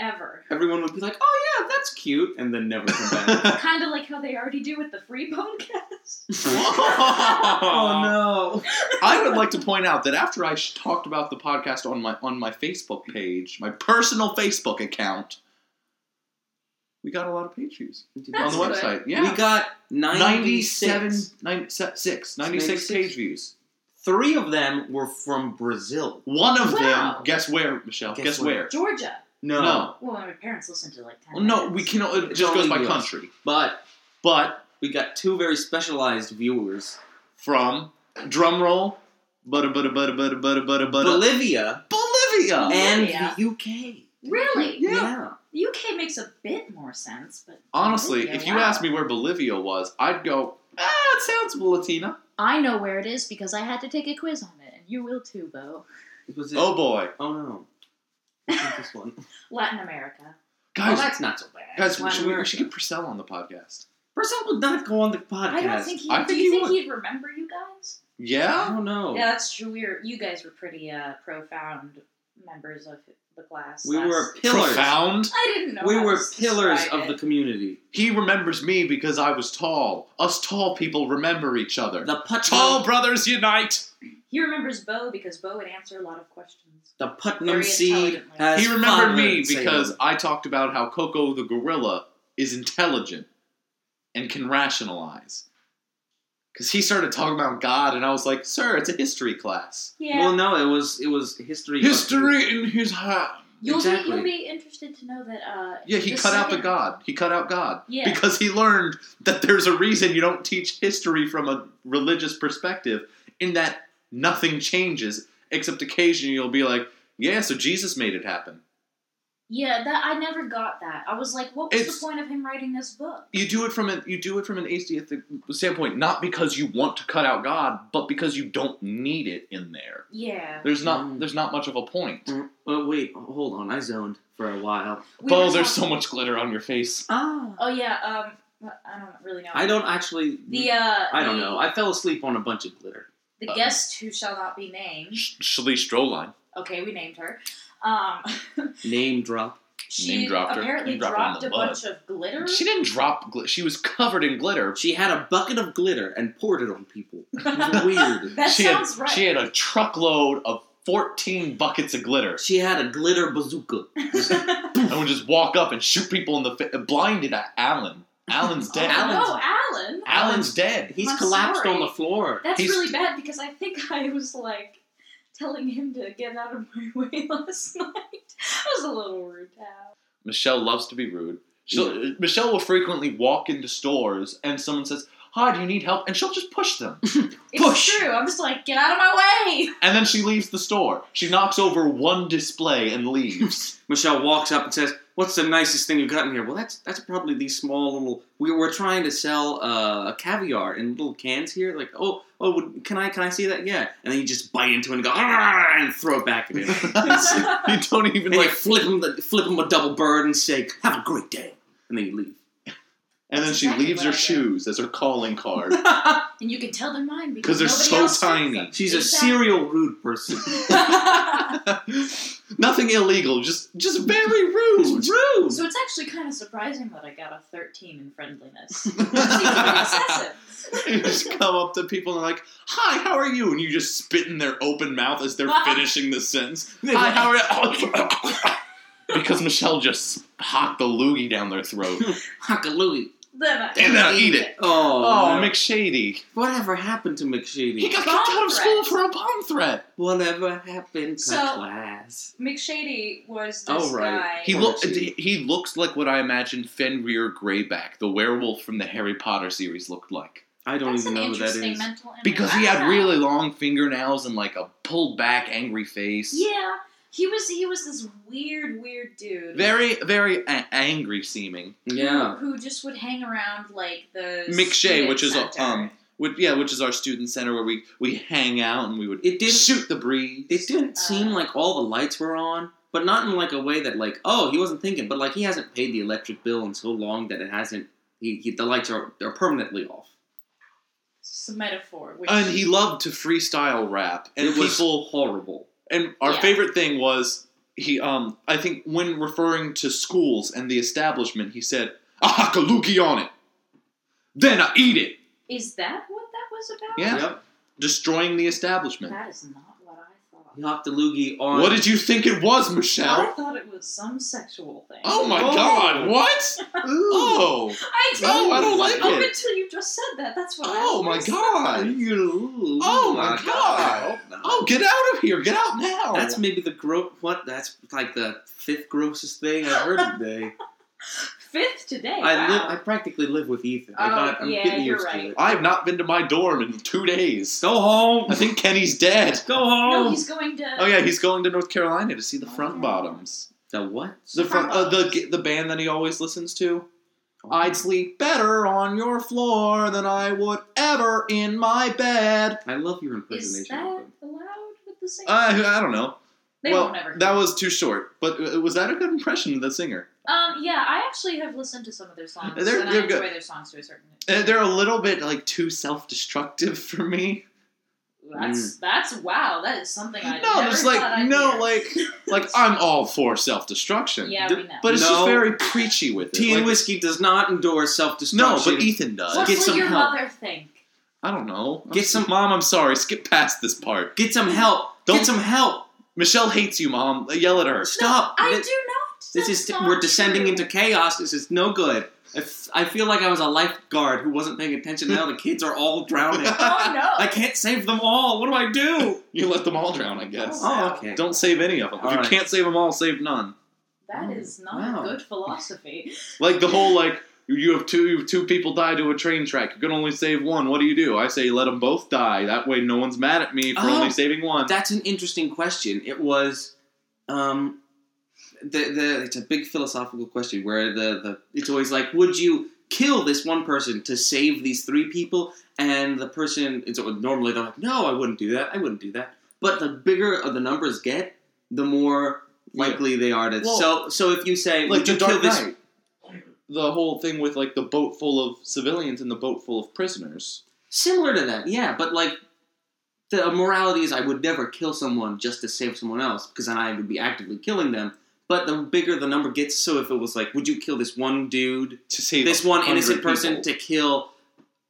[SPEAKER 2] Ever.
[SPEAKER 1] Everyone would be like, "Oh yeah, that's cute," and then never come
[SPEAKER 3] [laughs]
[SPEAKER 1] back.
[SPEAKER 2] Kind of like how they already do with the free [laughs] podcast.
[SPEAKER 1] oh
[SPEAKER 3] I would like to point out that after I sh- talked about the podcast on my on my Facebook page, my personal Facebook account, we got a lot of page views
[SPEAKER 1] no!
[SPEAKER 2] That's
[SPEAKER 3] on the website. Yeah,
[SPEAKER 1] We got
[SPEAKER 3] 97,
[SPEAKER 1] 97.
[SPEAKER 3] nine- se- six, 96 page
[SPEAKER 1] 96.
[SPEAKER 3] views.
[SPEAKER 1] Three of them were from Brazil.
[SPEAKER 3] One of
[SPEAKER 2] Wow.
[SPEAKER 3] them, guess where, Michelle? Guess,
[SPEAKER 1] Guess where?
[SPEAKER 3] where?
[SPEAKER 2] Georgia.
[SPEAKER 3] No.
[SPEAKER 2] Well, my parents listen to like ten.
[SPEAKER 3] Well, no,
[SPEAKER 2] minutes.
[SPEAKER 3] we can. It
[SPEAKER 1] It's
[SPEAKER 3] just goes
[SPEAKER 1] only
[SPEAKER 3] by
[SPEAKER 1] US.
[SPEAKER 3] country.
[SPEAKER 1] but
[SPEAKER 3] But
[SPEAKER 1] we got two very specialized viewers.
[SPEAKER 3] from drum roll, butter, butter, butter, butter, butter, butter, butter,
[SPEAKER 1] Bolivia
[SPEAKER 3] Bolivia.
[SPEAKER 1] and
[SPEAKER 2] Bolivia.
[SPEAKER 1] the UK.
[SPEAKER 2] Really?
[SPEAKER 3] Yeah.
[SPEAKER 2] The UK makes a bit more sense, but
[SPEAKER 3] Honestly,
[SPEAKER 2] Bolivia,
[SPEAKER 3] if you
[SPEAKER 2] wow.
[SPEAKER 3] asked me where Bolivia was, I'd go. Ah, it sounds Latina.
[SPEAKER 2] I know where it is because I had to take a quiz on it, and you will too, Bo.
[SPEAKER 1] Was it?
[SPEAKER 3] Oh boy,
[SPEAKER 1] Oh, [laughs] no. I think this one.
[SPEAKER 2] Latin America.
[SPEAKER 1] Oh,
[SPEAKER 3] guys,
[SPEAKER 1] that's not so bad.
[SPEAKER 3] guys,
[SPEAKER 2] Latin
[SPEAKER 3] should we, we
[SPEAKER 1] America.
[SPEAKER 3] should get Purcell on the podcast.
[SPEAKER 1] Purcell would not go on the podcast.
[SPEAKER 2] I don't think he.
[SPEAKER 3] I
[SPEAKER 2] do
[SPEAKER 3] think
[SPEAKER 2] you
[SPEAKER 3] he
[SPEAKER 2] think
[SPEAKER 3] would.
[SPEAKER 2] he'd remember you guys?
[SPEAKER 1] I
[SPEAKER 3] Yeah,
[SPEAKER 1] don't know.
[SPEAKER 2] Yeah, that's true. We were, you guys were pretty uh, profound members of the class.
[SPEAKER 1] We
[SPEAKER 2] last-
[SPEAKER 1] were pillars.
[SPEAKER 3] Profound.
[SPEAKER 2] I didn't know.
[SPEAKER 1] We
[SPEAKER 2] how
[SPEAKER 1] were
[SPEAKER 2] to
[SPEAKER 1] pillars
[SPEAKER 2] describe
[SPEAKER 1] of the
[SPEAKER 2] it.
[SPEAKER 1] community.
[SPEAKER 3] He remembers me because I was tall. Us tall people remember each other.
[SPEAKER 1] The Putnam,
[SPEAKER 3] Tall brothers unite.
[SPEAKER 2] He remembers Bo because Bo would answer a lot of questions.
[SPEAKER 1] the Putnam
[SPEAKER 2] Very
[SPEAKER 1] seed
[SPEAKER 2] intelligently.
[SPEAKER 1] has
[SPEAKER 3] he remembered
[SPEAKER 1] father
[SPEAKER 3] me
[SPEAKER 1] and
[SPEAKER 3] because
[SPEAKER 1] Salem.
[SPEAKER 3] I talked about how Coco the gorilla is intelligent and can rationalize. Because he started talking about God, and I was like, "Sir, it's a history class.
[SPEAKER 2] Yeah.
[SPEAKER 1] Well, no, it was it was history.
[SPEAKER 3] History in his hand."
[SPEAKER 2] You'll be
[SPEAKER 1] exactly.
[SPEAKER 2] you'll be interested to know that. Uh,
[SPEAKER 3] Yeah, he
[SPEAKER 2] the
[SPEAKER 3] cut out the
[SPEAKER 2] second-
[SPEAKER 3] God. He cut out God
[SPEAKER 2] Yeah.
[SPEAKER 3] because he learned that there's a reason you don't teach history from a religious perspective. In that nothing changes except occasionally you'll be like, "Yeah, so Jesus made it happen."
[SPEAKER 2] yeah, that I never got that. I was like, what was
[SPEAKER 3] It's-
[SPEAKER 2] the point of him writing this book?
[SPEAKER 3] you do it from an you do it from an atheistic standpoint, not because you want to cut out God, but because you don't need it in there.
[SPEAKER 2] Yeah.
[SPEAKER 3] There's
[SPEAKER 1] Mm.
[SPEAKER 3] not there's not much of a point.
[SPEAKER 1] Oh wait, hold on. I zoned for a while.
[SPEAKER 2] We
[SPEAKER 3] Bo,
[SPEAKER 2] were
[SPEAKER 3] Oh, there's
[SPEAKER 2] talking-
[SPEAKER 3] so much glitter on your face.
[SPEAKER 1] Ah,
[SPEAKER 2] Oh yeah. Um, I don't really know.
[SPEAKER 1] I don't actually.
[SPEAKER 2] The uh,
[SPEAKER 1] I don't
[SPEAKER 2] the-
[SPEAKER 1] know. I fell asleep on a bunch of glitter.
[SPEAKER 2] the
[SPEAKER 3] Uh,
[SPEAKER 2] guest who shall not be named.
[SPEAKER 3] Sh- Shalice Stroline.
[SPEAKER 2] Okay, we named her.
[SPEAKER 3] [laughs]
[SPEAKER 2] Um,
[SPEAKER 1] Name drop.
[SPEAKER 2] she
[SPEAKER 3] Name dropped her.
[SPEAKER 2] apparently
[SPEAKER 3] Name dropped her in
[SPEAKER 2] dropped
[SPEAKER 3] the
[SPEAKER 2] a
[SPEAKER 3] mud.
[SPEAKER 2] bunch of glitter.
[SPEAKER 3] She didn't drop glitter. She was covered in glitter.
[SPEAKER 1] She had a bucket of glitter and poured it on people. It was
[SPEAKER 2] [laughs]
[SPEAKER 1] weird.
[SPEAKER 2] that
[SPEAKER 3] she
[SPEAKER 2] sounds
[SPEAKER 3] had,
[SPEAKER 2] right.
[SPEAKER 3] She had a truckload of 14 buckets of glitter.
[SPEAKER 1] She had a glitter bazooka.
[SPEAKER 3] and would just walk up and shoot people in the face. Blinded at Alan.
[SPEAKER 2] [laughs]
[SPEAKER 3] Alan's dead.
[SPEAKER 1] Alan-
[SPEAKER 2] oh, Alan.
[SPEAKER 3] Alan's dead.
[SPEAKER 1] He's
[SPEAKER 2] I'm
[SPEAKER 1] collapsed
[SPEAKER 2] sorry.
[SPEAKER 1] on the floor.
[SPEAKER 2] That's
[SPEAKER 3] he's-
[SPEAKER 2] really bad because I think [laughs] I was like telling him to get out of my [laughs] way last night. I was a little rude to Al.
[SPEAKER 3] Michelle loves to be rude. She'll, uh, Michelle will frequently walk into stores and someone says, Hi, do you need help? And she'll just push
[SPEAKER 2] [laughs]
[SPEAKER 3] them.
[SPEAKER 2] It's
[SPEAKER 3] Push.
[SPEAKER 2] true. I'm just like, get out of my way.
[SPEAKER 3] And then she leaves the store. She knocks over one display and
[SPEAKER 2] [laughs]
[SPEAKER 3] leaves.
[SPEAKER 1] Michelle walks up and says, "What's the nicest thing you've gotten here?" Well, that's that's probably these small little. We were trying to sell uh, caviar in little cans here. Like, oh, oh, would- can I can I see that? Yeah, and then you just bite into it and go "Argh," and throw it back at him.
[SPEAKER 3] [laughs] you don't even
[SPEAKER 1] and you
[SPEAKER 3] like.
[SPEAKER 1] flip him the, flip him a double bird and say, "Have a great day," and then you leave.
[SPEAKER 3] And then she
[SPEAKER 2] Exactly
[SPEAKER 3] leaves
[SPEAKER 2] what
[SPEAKER 3] her
[SPEAKER 2] I did.
[SPEAKER 3] shoes as her calling
[SPEAKER 2] [laughs]
[SPEAKER 3] card
[SPEAKER 2] And you can tell they're mine
[SPEAKER 3] because
[SPEAKER 2] because
[SPEAKER 3] they're
[SPEAKER 2] nobody
[SPEAKER 3] so
[SPEAKER 2] else fits
[SPEAKER 3] tiny.
[SPEAKER 1] She's a
[SPEAKER 2] [laughs] Exactly.
[SPEAKER 1] serial rude person.
[SPEAKER 2] them.
[SPEAKER 3] Nothing illegal, just just very rude.
[SPEAKER 1] [laughs] [laughs] It's rude.
[SPEAKER 2] so it's actually kind of surprising that I got a 13 in friendliness. It seems pretty excessive.
[SPEAKER 3] you [laughs] just come up to people and are like, "Hi, how are you?" And you just spit in their open mouth as they're finishing the sentence. Hi, how are you? because Michelle just hocked the loogie down their throat.
[SPEAKER 1] Huckalooey.
[SPEAKER 2] Then I
[SPEAKER 3] And now eat it.
[SPEAKER 1] [laughs] Oh,
[SPEAKER 3] Oh, McShady.
[SPEAKER 1] whatever happened to McShady?
[SPEAKER 3] He got kicked
[SPEAKER 2] Bomb
[SPEAKER 3] out of
[SPEAKER 2] threat.
[SPEAKER 3] school for a bomb threat.
[SPEAKER 1] Whatever happened to
[SPEAKER 2] So-
[SPEAKER 1] class?
[SPEAKER 2] McShady was this
[SPEAKER 1] Oh, right.
[SPEAKER 2] guy.
[SPEAKER 3] He
[SPEAKER 1] Poor
[SPEAKER 3] look
[SPEAKER 1] McShady.
[SPEAKER 3] he looks like what I imagine Fenrir Greyback, the werewolf from the Harry Potter series, looked like.
[SPEAKER 1] I don't
[SPEAKER 2] That's
[SPEAKER 1] even know
[SPEAKER 2] an
[SPEAKER 1] who that
[SPEAKER 2] interesting
[SPEAKER 1] is.
[SPEAKER 2] mental image.
[SPEAKER 3] Because he
[SPEAKER 2] I
[SPEAKER 3] had
[SPEAKER 2] don't know.
[SPEAKER 3] really long fingernails and like a pulled back, angry face.
[SPEAKER 2] Yeah, he was. He was this weird, weird dude.
[SPEAKER 3] Very, very a- angry seeming.
[SPEAKER 1] Yeah.
[SPEAKER 2] Who just would hang around like the
[SPEAKER 3] McShay,
[SPEAKER 2] student
[SPEAKER 3] which is a-
[SPEAKER 2] center.
[SPEAKER 3] um, Which, yeah, which is our student center where we, we hang out and we would
[SPEAKER 1] It didn't-
[SPEAKER 3] shoot the breeze.
[SPEAKER 1] It didn't
[SPEAKER 2] Uh,
[SPEAKER 1] seem like all the lights were on, but not in like a way that like, oh, he wasn't thinking, but like he hasn't paid the electric bill in so long that it hasn't. He, he the lights are are permanently off.
[SPEAKER 2] It's a metaphor. Which,
[SPEAKER 3] and he loved to freestyle rap, and
[SPEAKER 1] it was
[SPEAKER 3] people
[SPEAKER 1] horrible.
[SPEAKER 3] And our
[SPEAKER 2] Yeah.
[SPEAKER 3] favorite thing was he um I think when referring to schools and the establishment, he said, I hack a loogie on it. Then I eat it.
[SPEAKER 2] is that what that was about?
[SPEAKER 3] Yeah.
[SPEAKER 1] Yep.
[SPEAKER 3] Destroying the establishment.
[SPEAKER 2] That is not what I thought.
[SPEAKER 1] He hopped a loogie on.
[SPEAKER 3] What did you think it was,
[SPEAKER 2] I
[SPEAKER 3] Michelle?
[SPEAKER 2] thought it was some sexual thing.
[SPEAKER 3] Oh my
[SPEAKER 1] Oh.
[SPEAKER 3] god, [laughs] what? Oh.
[SPEAKER 2] I did.
[SPEAKER 3] No, I don't like
[SPEAKER 2] Up
[SPEAKER 3] it.
[SPEAKER 2] until you just said that. That's what. I
[SPEAKER 3] Oh my
[SPEAKER 2] always
[SPEAKER 3] god.
[SPEAKER 1] You.
[SPEAKER 3] Oh my God.
[SPEAKER 1] Oh, no.
[SPEAKER 3] Oh, get out of here. Get out now.
[SPEAKER 1] That's maybe the gro. What? That's like the fifth grossest thing I've heard
[SPEAKER 2] [laughs]
[SPEAKER 1] today.
[SPEAKER 2] thought. Fifth today.
[SPEAKER 1] I
[SPEAKER 2] wow.
[SPEAKER 1] live. I practically live with Ethan. I
[SPEAKER 2] Oh,
[SPEAKER 1] got. I'm
[SPEAKER 2] yeah,
[SPEAKER 1] getting
[SPEAKER 2] you're
[SPEAKER 1] used
[SPEAKER 2] right.
[SPEAKER 1] to it.
[SPEAKER 3] I have not been to my dorm in 2 days.
[SPEAKER 1] Go home.
[SPEAKER 3] I think Kenny's dead.
[SPEAKER 1] Go home.
[SPEAKER 2] no, he's Oh. going to.
[SPEAKER 3] Oh yeah, he's going to North Carolina to see the Front Bottoms.
[SPEAKER 1] the what?
[SPEAKER 3] The front, uh, the the band that he always listens to.
[SPEAKER 1] Oh.
[SPEAKER 3] I'd sleep better on your floor than I would ever in my bed.
[SPEAKER 1] I love your impersonation.
[SPEAKER 2] Is
[SPEAKER 1] of
[SPEAKER 2] that
[SPEAKER 1] him.
[SPEAKER 2] allowed with the same?
[SPEAKER 3] I I don't know.
[SPEAKER 2] they
[SPEAKER 3] Uh, well,
[SPEAKER 2] won't ever.
[SPEAKER 3] that was too short. But uh, was that a good impression of the singer?
[SPEAKER 2] Um, yeah, I actually have listened to some of their songs,
[SPEAKER 3] They're-
[SPEAKER 2] and
[SPEAKER 3] they're
[SPEAKER 2] I enjoy
[SPEAKER 3] good.
[SPEAKER 2] their songs to a certain
[SPEAKER 3] [laughs] Uh, They're a little bit like too self-destructive for me.
[SPEAKER 2] That's that's wow. That is something I
[SPEAKER 3] no,
[SPEAKER 2] never
[SPEAKER 3] just
[SPEAKER 2] thought
[SPEAKER 3] like
[SPEAKER 2] I'd
[SPEAKER 3] no,
[SPEAKER 2] hear. [laughs]
[SPEAKER 3] like like I'm all for self destruction.
[SPEAKER 2] Yeah, we know.
[SPEAKER 3] But it's just
[SPEAKER 1] No.
[SPEAKER 3] very preachy with it.
[SPEAKER 1] Tea and
[SPEAKER 3] Like,
[SPEAKER 1] whiskey does not endorse self-destruction.
[SPEAKER 3] no, but Ethan does.
[SPEAKER 2] what
[SPEAKER 1] Get
[SPEAKER 2] will
[SPEAKER 1] some
[SPEAKER 2] your
[SPEAKER 1] help.
[SPEAKER 2] mother think?
[SPEAKER 3] I don't know.
[SPEAKER 1] Get some-
[SPEAKER 3] mom. I'm sorry. Skip past this part.
[SPEAKER 1] get some help.
[SPEAKER 3] Don't-
[SPEAKER 1] get some help.
[SPEAKER 3] Michelle hates you, mom. Yell at her.
[SPEAKER 1] Stop.
[SPEAKER 2] I do
[SPEAKER 1] Th-
[SPEAKER 2] not.
[SPEAKER 1] this
[SPEAKER 2] That's
[SPEAKER 1] is
[SPEAKER 2] not
[SPEAKER 1] we're descending
[SPEAKER 2] true.
[SPEAKER 1] into chaos. This is no good. I f- I feel like I was a lifeguard who wasn't paying attention. Now the kids are all
[SPEAKER 2] [laughs]
[SPEAKER 1] drowning.
[SPEAKER 3] [laughs]
[SPEAKER 2] [laughs] Oh no!
[SPEAKER 1] I can't save them all. What do I do?
[SPEAKER 3] You let them all drown, I guess.
[SPEAKER 1] Oh, okay.
[SPEAKER 3] Don't save any of them. If
[SPEAKER 1] All
[SPEAKER 3] you
[SPEAKER 1] right.
[SPEAKER 3] can't save them all, save none.
[SPEAKER 2] that is not
[SPEAKER 1] Wow.
[SPEAKER 2] a good philosophy.
[SPEAKER 3] Like the whole like you have two you have two people die to a train track. You can only save one. What do you do? I say let them both die. That way, no one's mad at me for
[SPEAKER 1] Oh.
[SPEAKER 3] only saving one.
[SPEAKER 1] That's an interesting question. It was, um, the the it's a big philosophical question where the the it's always like, would you kill this one person to save these three people? And the person it's normally they're like, no, I wouldn't do that. I wouldn't do that. But the bigger the numbers get, the more likely they are to.
[SPEAKER 3] Well,
[SPEAKER 1] so so if you say,
[SPEAKER 3] like
[SPEAKER 1] would
[SPEAKER 3] the
[SPEAKER 1] you kill
[SPEAKER 3] Dark
[SPEAKER 1] this?
[SPEAKER 3] Knight. The whole thing with like the boat full of civilians and the boat full of prisoners.
[SPEAKER 1] Similar to that, yeah. But like. The morality is I would never kill someone just to save someone else because then I would be actively killing them. But the bigger the number gets, so if it was like, would you kill this one dude,
[SPEAKER 3] To save
[SPEAKER 1] this one
[SPEAKER 3] 100
[SPEAKER 1] innocent person
[SPEAKER 3] people.
[SPEAKER 1] to kill,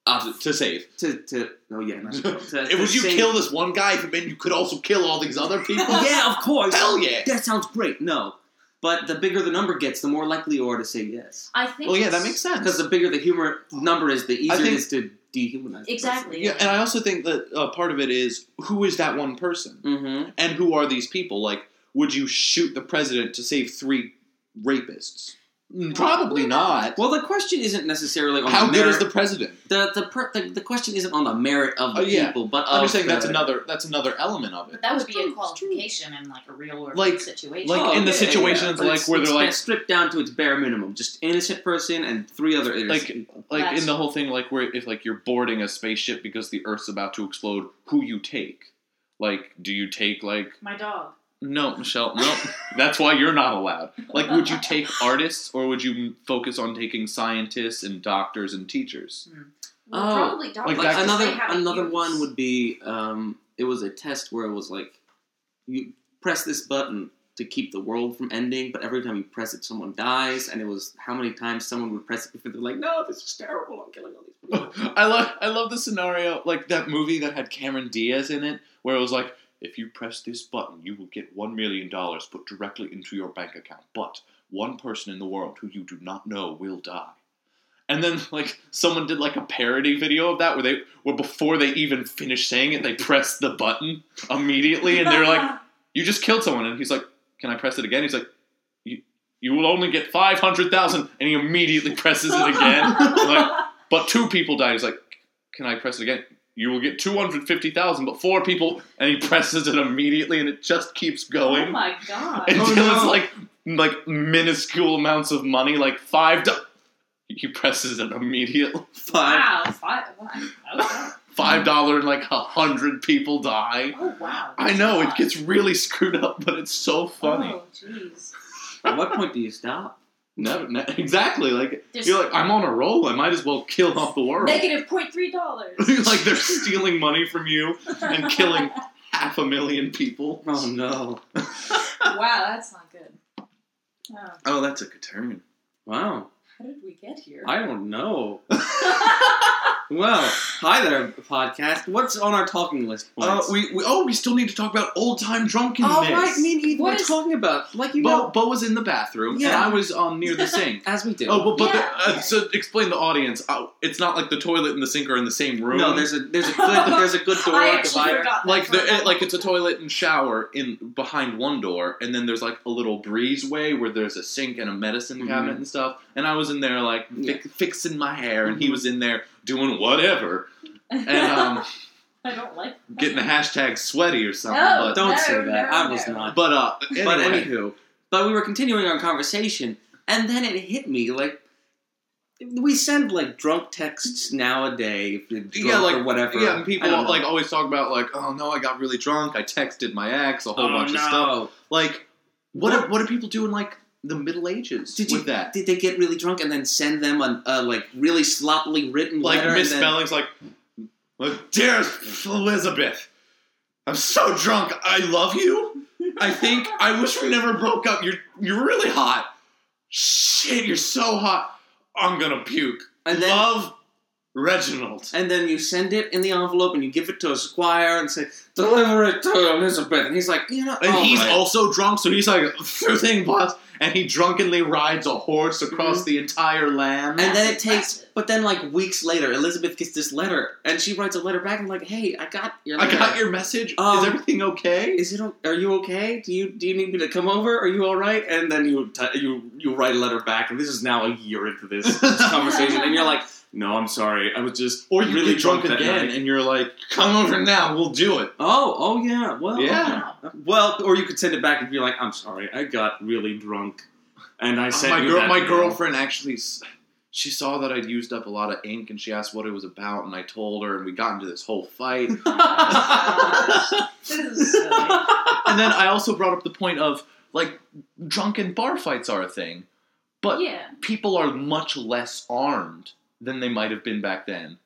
[SPEAKER 1] uh,
[SPEAKER 3] to, to save.
[SPEAKER 1] to to oh yeah, not to,
[SPEAKER 3] [laughs]
[SPEAKER 1] to,
[SPEAKER 3] If would you
[SPEAKER 1] save-
[SPEAKER 3] kill this one guy, but then you could also kill all these other people?
[SPEAKER 1] [laughs] Yeah, of course.
[SPEAKER 3] Hell yeah.
[SPEAKER 1] That sounds great. No, but the bigger the number gets, the more likely you are to say yes.
[SPEAKER 2] I think.
[SPEAKER 3] Well, yeah,
[SPEAKER 2] it's-
[SPEAKER 3] that makes sense.
[SPEAKER 1] Because the bigger the humor number is, the easier
[SPEAKER 3] I think-
[SPEAKER 1] it is to dehumanize.
[SPEAKER 2] exactly.
[SPEAKER 3] Yeah, and I also think that uh, part of it is who is that one person,
[SPEAKER 1] Mm-hmm.
[SPEAKER 3] and who are these people? Like, would you shoot the president to save three rapists? Mm, Probably not.
[SPEAKER 1] Well, the question isn't necessarily on
[SPEAKER 3] How
[SPEAKER 1] the
[SPEAKER 3] good is
[SPEAKER 1] merit.
[SPEAKER 3] the president?
[SPEAKER 1] the the, per, the the question isn't on the merit of the
[SPEAKER 3] Oh, yeah.
[SPEAKER 1] people, but
[SPEAKER 3] I'm
[SPEAKER 1] of
[SPEAKER 3] just saying
[SPEAKER 1] the,
[SPEAKER 3] that's another that's another element of it.
[SPEAKER 2] But that would be
[SPEAKER 1] It's
[SPEAKER 2] a
[SPEAKER 1] true, it's true.
[SPEAKER 2] qualification in like a real world
[SPEAKER 3] Like-
[SPEAKER 2] situation.
[SPEAKER 3] like
[SPEAKER 1] Oh,
[SPEAKER 3] in the
[SPEAKER 1] yeah, yeah,
[SPEAKER 3] situations,
[SPEAKER 1] yeah.
[SPEAKER 3] like,
[SPEAKER 1] It's-
[SPEAKER 3] where
[SPEAKER 1] it's
[SPEAKER 3] they're like-
[SPEAKER 1] been stripped down to its bare minimum, just innocent person and three other innocent
[SPEAKER 3] Like-
[SPEAKER 1] people.
[SPEAKER 3] Like
[SPEAKER 2] That's-
[SPEAKER 3] in the whole thing, like where if like you're boarding a spaceship because the Earth's about to explode, who you take? Like, do you take like
[SPEAKER 2] my dog.
[SPEAKER 3] No, Michelle, no. That's why you're not allowed. Like, would you take artists or would you focus on taking scientists and doctors and teachers?
[SPEAKER 2] Well,
[SPEAKER 1] Oh,
[SPEAKER 2] probably dogs.
[SPEAKER 1] Like,
[SPEAKER 3] like that-
[SPEAKER 2] because
[SPEAKER 1] another
[SPEAKER 2] they have a
[SPEAKER 1] another
[SPEAKER 2] use.
[SPEAKER 1] one
[SPEAKER 3] [laughs]
[SPEAKER 1] would be um, it was a test where it was like you press this button to keep the world from ending, but every time you press it, someone dies, and it was how many times someone would press it before they're like, no, this is terrible, I'm killing all these
[SPEAKER 3] [laughs]
[SPEAKER 1] people.
[SPEAKER 3] I love, I love the scenario, like that movie that had Cameron Diaz in it, where it was like, if you press this button, you will get one million dollars put directly into your bank account. But one person in the world who you do not know will die. And then, like, someone did like a parody video of that, where they, where before they even finished saying it, they pressed the button immediately, and they're like. you just killed someone and he's like can i press it again he's like you, you will only get 500000 and he immediately presses
[SPEAKER 2] [laughs]
[SPEAKER 3] it again like, but two people died he's like can i press it again you will get 250000 but four people and he [laughs] presses it immediately and it just keeps
[SPEAKER 2] oh
[SPEAKER 3] going [laughs]
[SPEAKER 2] my god.
[SPEAKER 3] until
[SPEAKER 1] Oh, no.
[SPEAKER 3] it's like like minuscule amounts of money like five do- he presses it immediately
[SPEAKER 1] Five.
[SPEAKER 2] wow. Five, wow.
[SPEAKER 3] five dollar and like a hundred people die
[SPEAKER 2] Oh wow.
[SPEAKER 3] i know it
[SPEAKER 2] God.
[SPEAKER 3] gets really screwed up but it's so funny
[SPEAKER 2] Oh jeez.
[SPEAKER 1] At what point do you stop?
[SPEAKER 3] Never, ne- exactly. Like
[SPEAKER 2] There's
[SPEAKER 3] you're like, I'm on a roll. I might as well kill off the world. [laughs]
[SPEAKER 2] negative point three dollars.
[SPEAKER 3] like they're stealing money from you [laughs] and killing half a million people.
[SPEAKER 1] Oh no!
[SPEAKER 2] [laughs] wow, that's not good. Oh,
[SPEAKER 3] Oh, that took a turn.
[SPEAKER 1] Wow,
[SPEAKER 2] how did we get here? [laughs]
[SPEAKER 1] I don't know. Well, hi there, podcast. What's on our talking list?
[SPEAKER 3] Uh,
[SPEAKER 1] points?
[SPEAKER 3] we, we oh, we still need to talk about old time drunkenness.
[SPEAKER 1] All right, me and Ethan
[SPEAKER 2] What
[SPEAKER 1] were
[SPEAKER 2] is-
[SPEAKER 1] talking about like you
[SPEAKER 3] Bo,
[SPEAKER 1] know
[SPEAKER 3] Bo was in the bathroom, and
[SPEAKER 1] Yeah.
[SPEAKER 3] I was um near [laughs] the sink.
[SPEAKER 1] as we do.
[SPEAKER 3] Oh, well, but
[SPEAKER 2] Yeah.
[SPEAKER 3] the, uh, so explain the audience. Uh, it's not like the toilet and the sink are in the same room.
[SPEAKER 1] no, there's a there's a good [laughs] there's a good door
[SPEAKER 2] I actually
[SPEAKER 1] divider.
[SPEAKER 2] forgot that
[SPEAKER 3] like
[SPEAKER 2] for a
[SPEAKER 3] the,
[SPEAKER 2] moment.
[SPEAKER 3] like it's a toilet and shower in behind one door, and then there's like a little breezeway where there's a sink and a medicine
[SPEAKER 1] Mhm.
[SPEAKER 3] cabinet and stuff. And I was in there like fi-
[SPEAKER 1] Yeah.
[SPEAKER 3] fixing my hair, and he
[SPEAKER 1] Mhm.
[SPEAKER 3] was in there doing whatever and [laughs] um,
[SPEAKER 2] [laughs] I don't like that.
[SPEAKER 3] getting
[SPEAKER 2] [laughs]
[SPEAKER 3] the hashtag sweaty or something.
[SPEAKER 2] No.
[SPEAKER 1] Don't
[SPEAKER 2] No,
[SPEAKER 1] say
[SPEAKER 2] no,
[SPEAKER 1] that. I was
[SPEAKER 2] no.
[SPEAKER 1] not.
[SPEAKER 3] But but uh,
[SPEAKER 1] But
[SPEAKER 3] anyway,
[SPEAKER 1] anywho, but we were continuing our conversation, and then it hit me like we send like drunk texts nowadays, if you're drunk
[SPEAKER 3] Yeah, like-
[SPEAKER 1] or whatever.
[SPEAKER 3] yeah, and people
[SPEAKER 1] I don't know.
[SPEAKER 3] like always talk about like, oh no, I got really drunk. I texted my ex a whole
[SPEAKER 1] Oh,
[SPEAKER 3] bunch
[SPEAKER 1] no.
[SPEAKER 3] of stuff. Like, what what, what do people do in like the Middle Ages
[SPEAKER 1] Did
[SPEAKER 3] with
[SPEAKER 1] you-
[SPEAKER 3] that?
[SPEAKER 1] Did they get really drunk and then send them a, a like really sloppily written
[SPEAKER 3] like
[SPEAKER 1] letter? and then-
[SPEAKER 3] misspellings like, like dear Elizabeth I'm so drunk. I love you. I think I wish we never broke up. You're you're really hot. Shit, you're so hot. I'm gonna puke. I
[SPEAKER 1] And then-
[SPEAKER 3] love Reginald.
[SPEAKER 1] And then you send it in the envelope and you give it to a squire and say, deliver it to Elizabeth. And he's like, you know, oh
[SPEAKER 3] And
[SPEAKER 1] all
[SPEAKER 3] he's
[SPEAKER 1] right.
[SPEAKER 3] also drunk, so he's like, sure thing, boss. And he drunkenly rides a horse across
[SPEAKER 1] Mhm.
[SPEAKER 3] the entire land.
[SPEAKER 1] And then it
[SPEAKER 2] That's
[SPEAKER 1] takes,
[SPEAKER 2] impressive.
[SPEAKER 1] but then like weeks later, Elizabeth gets this letter and she writes a letter back and like, hey, I got your
[SPEAKER 3] I
[SPEAKER 1] letter.
[SPEAKER 3] got your message.
[SPEAKER 1] Um,
[SPEAKER 3] Is everything okay?
[SPEAKER 1] Is it? o- Are you okay? Do you do you need me to come over? Are you all right? And then you t- you you write a letter back, and this is now a year into this, this conversation, and you're like, no, I'm sorry, I was just
[SPEAKER 3] Or you
[SPEAKER 1] really
[SPEAKER 3] get drunk,
[SPEAKER 1] that
[SPEAKER 3] again,
[SPEAKER 1] night."
[SPEAKER 3] and you're like, come over now, we'll do it.
[SPEAKER 1] Oh, oh yeah. Well,
[SPEAKER 3] Yeah.
[SPEAKER 2] Wow.
[SPEAKER 1] okay. Well, or you could send it back and be like, I'm sorry, I got really drunk, and I sent
[SPEAKER 3] Uh, my
[SPEAKER 1] you
[SPEAKER 3] girl,
[SPEAKER 1] that
[SPEAKER 3] my
[SPEAKER 1] email."
[SPEAKER 3] girlfriend actually, s- she saw that I'd used up a lot of ink, and she asked what it was about, and I told her, and we got into this whole fight.
[SPEAKER 2] Oh, This is silly.
[SPEAKER 3] and then I also brought up the point of like drunken bar fights are a thing, but
[SPEAKER 2] yeah.
[SPEAKER 3] people are much less armed than they might have been back then.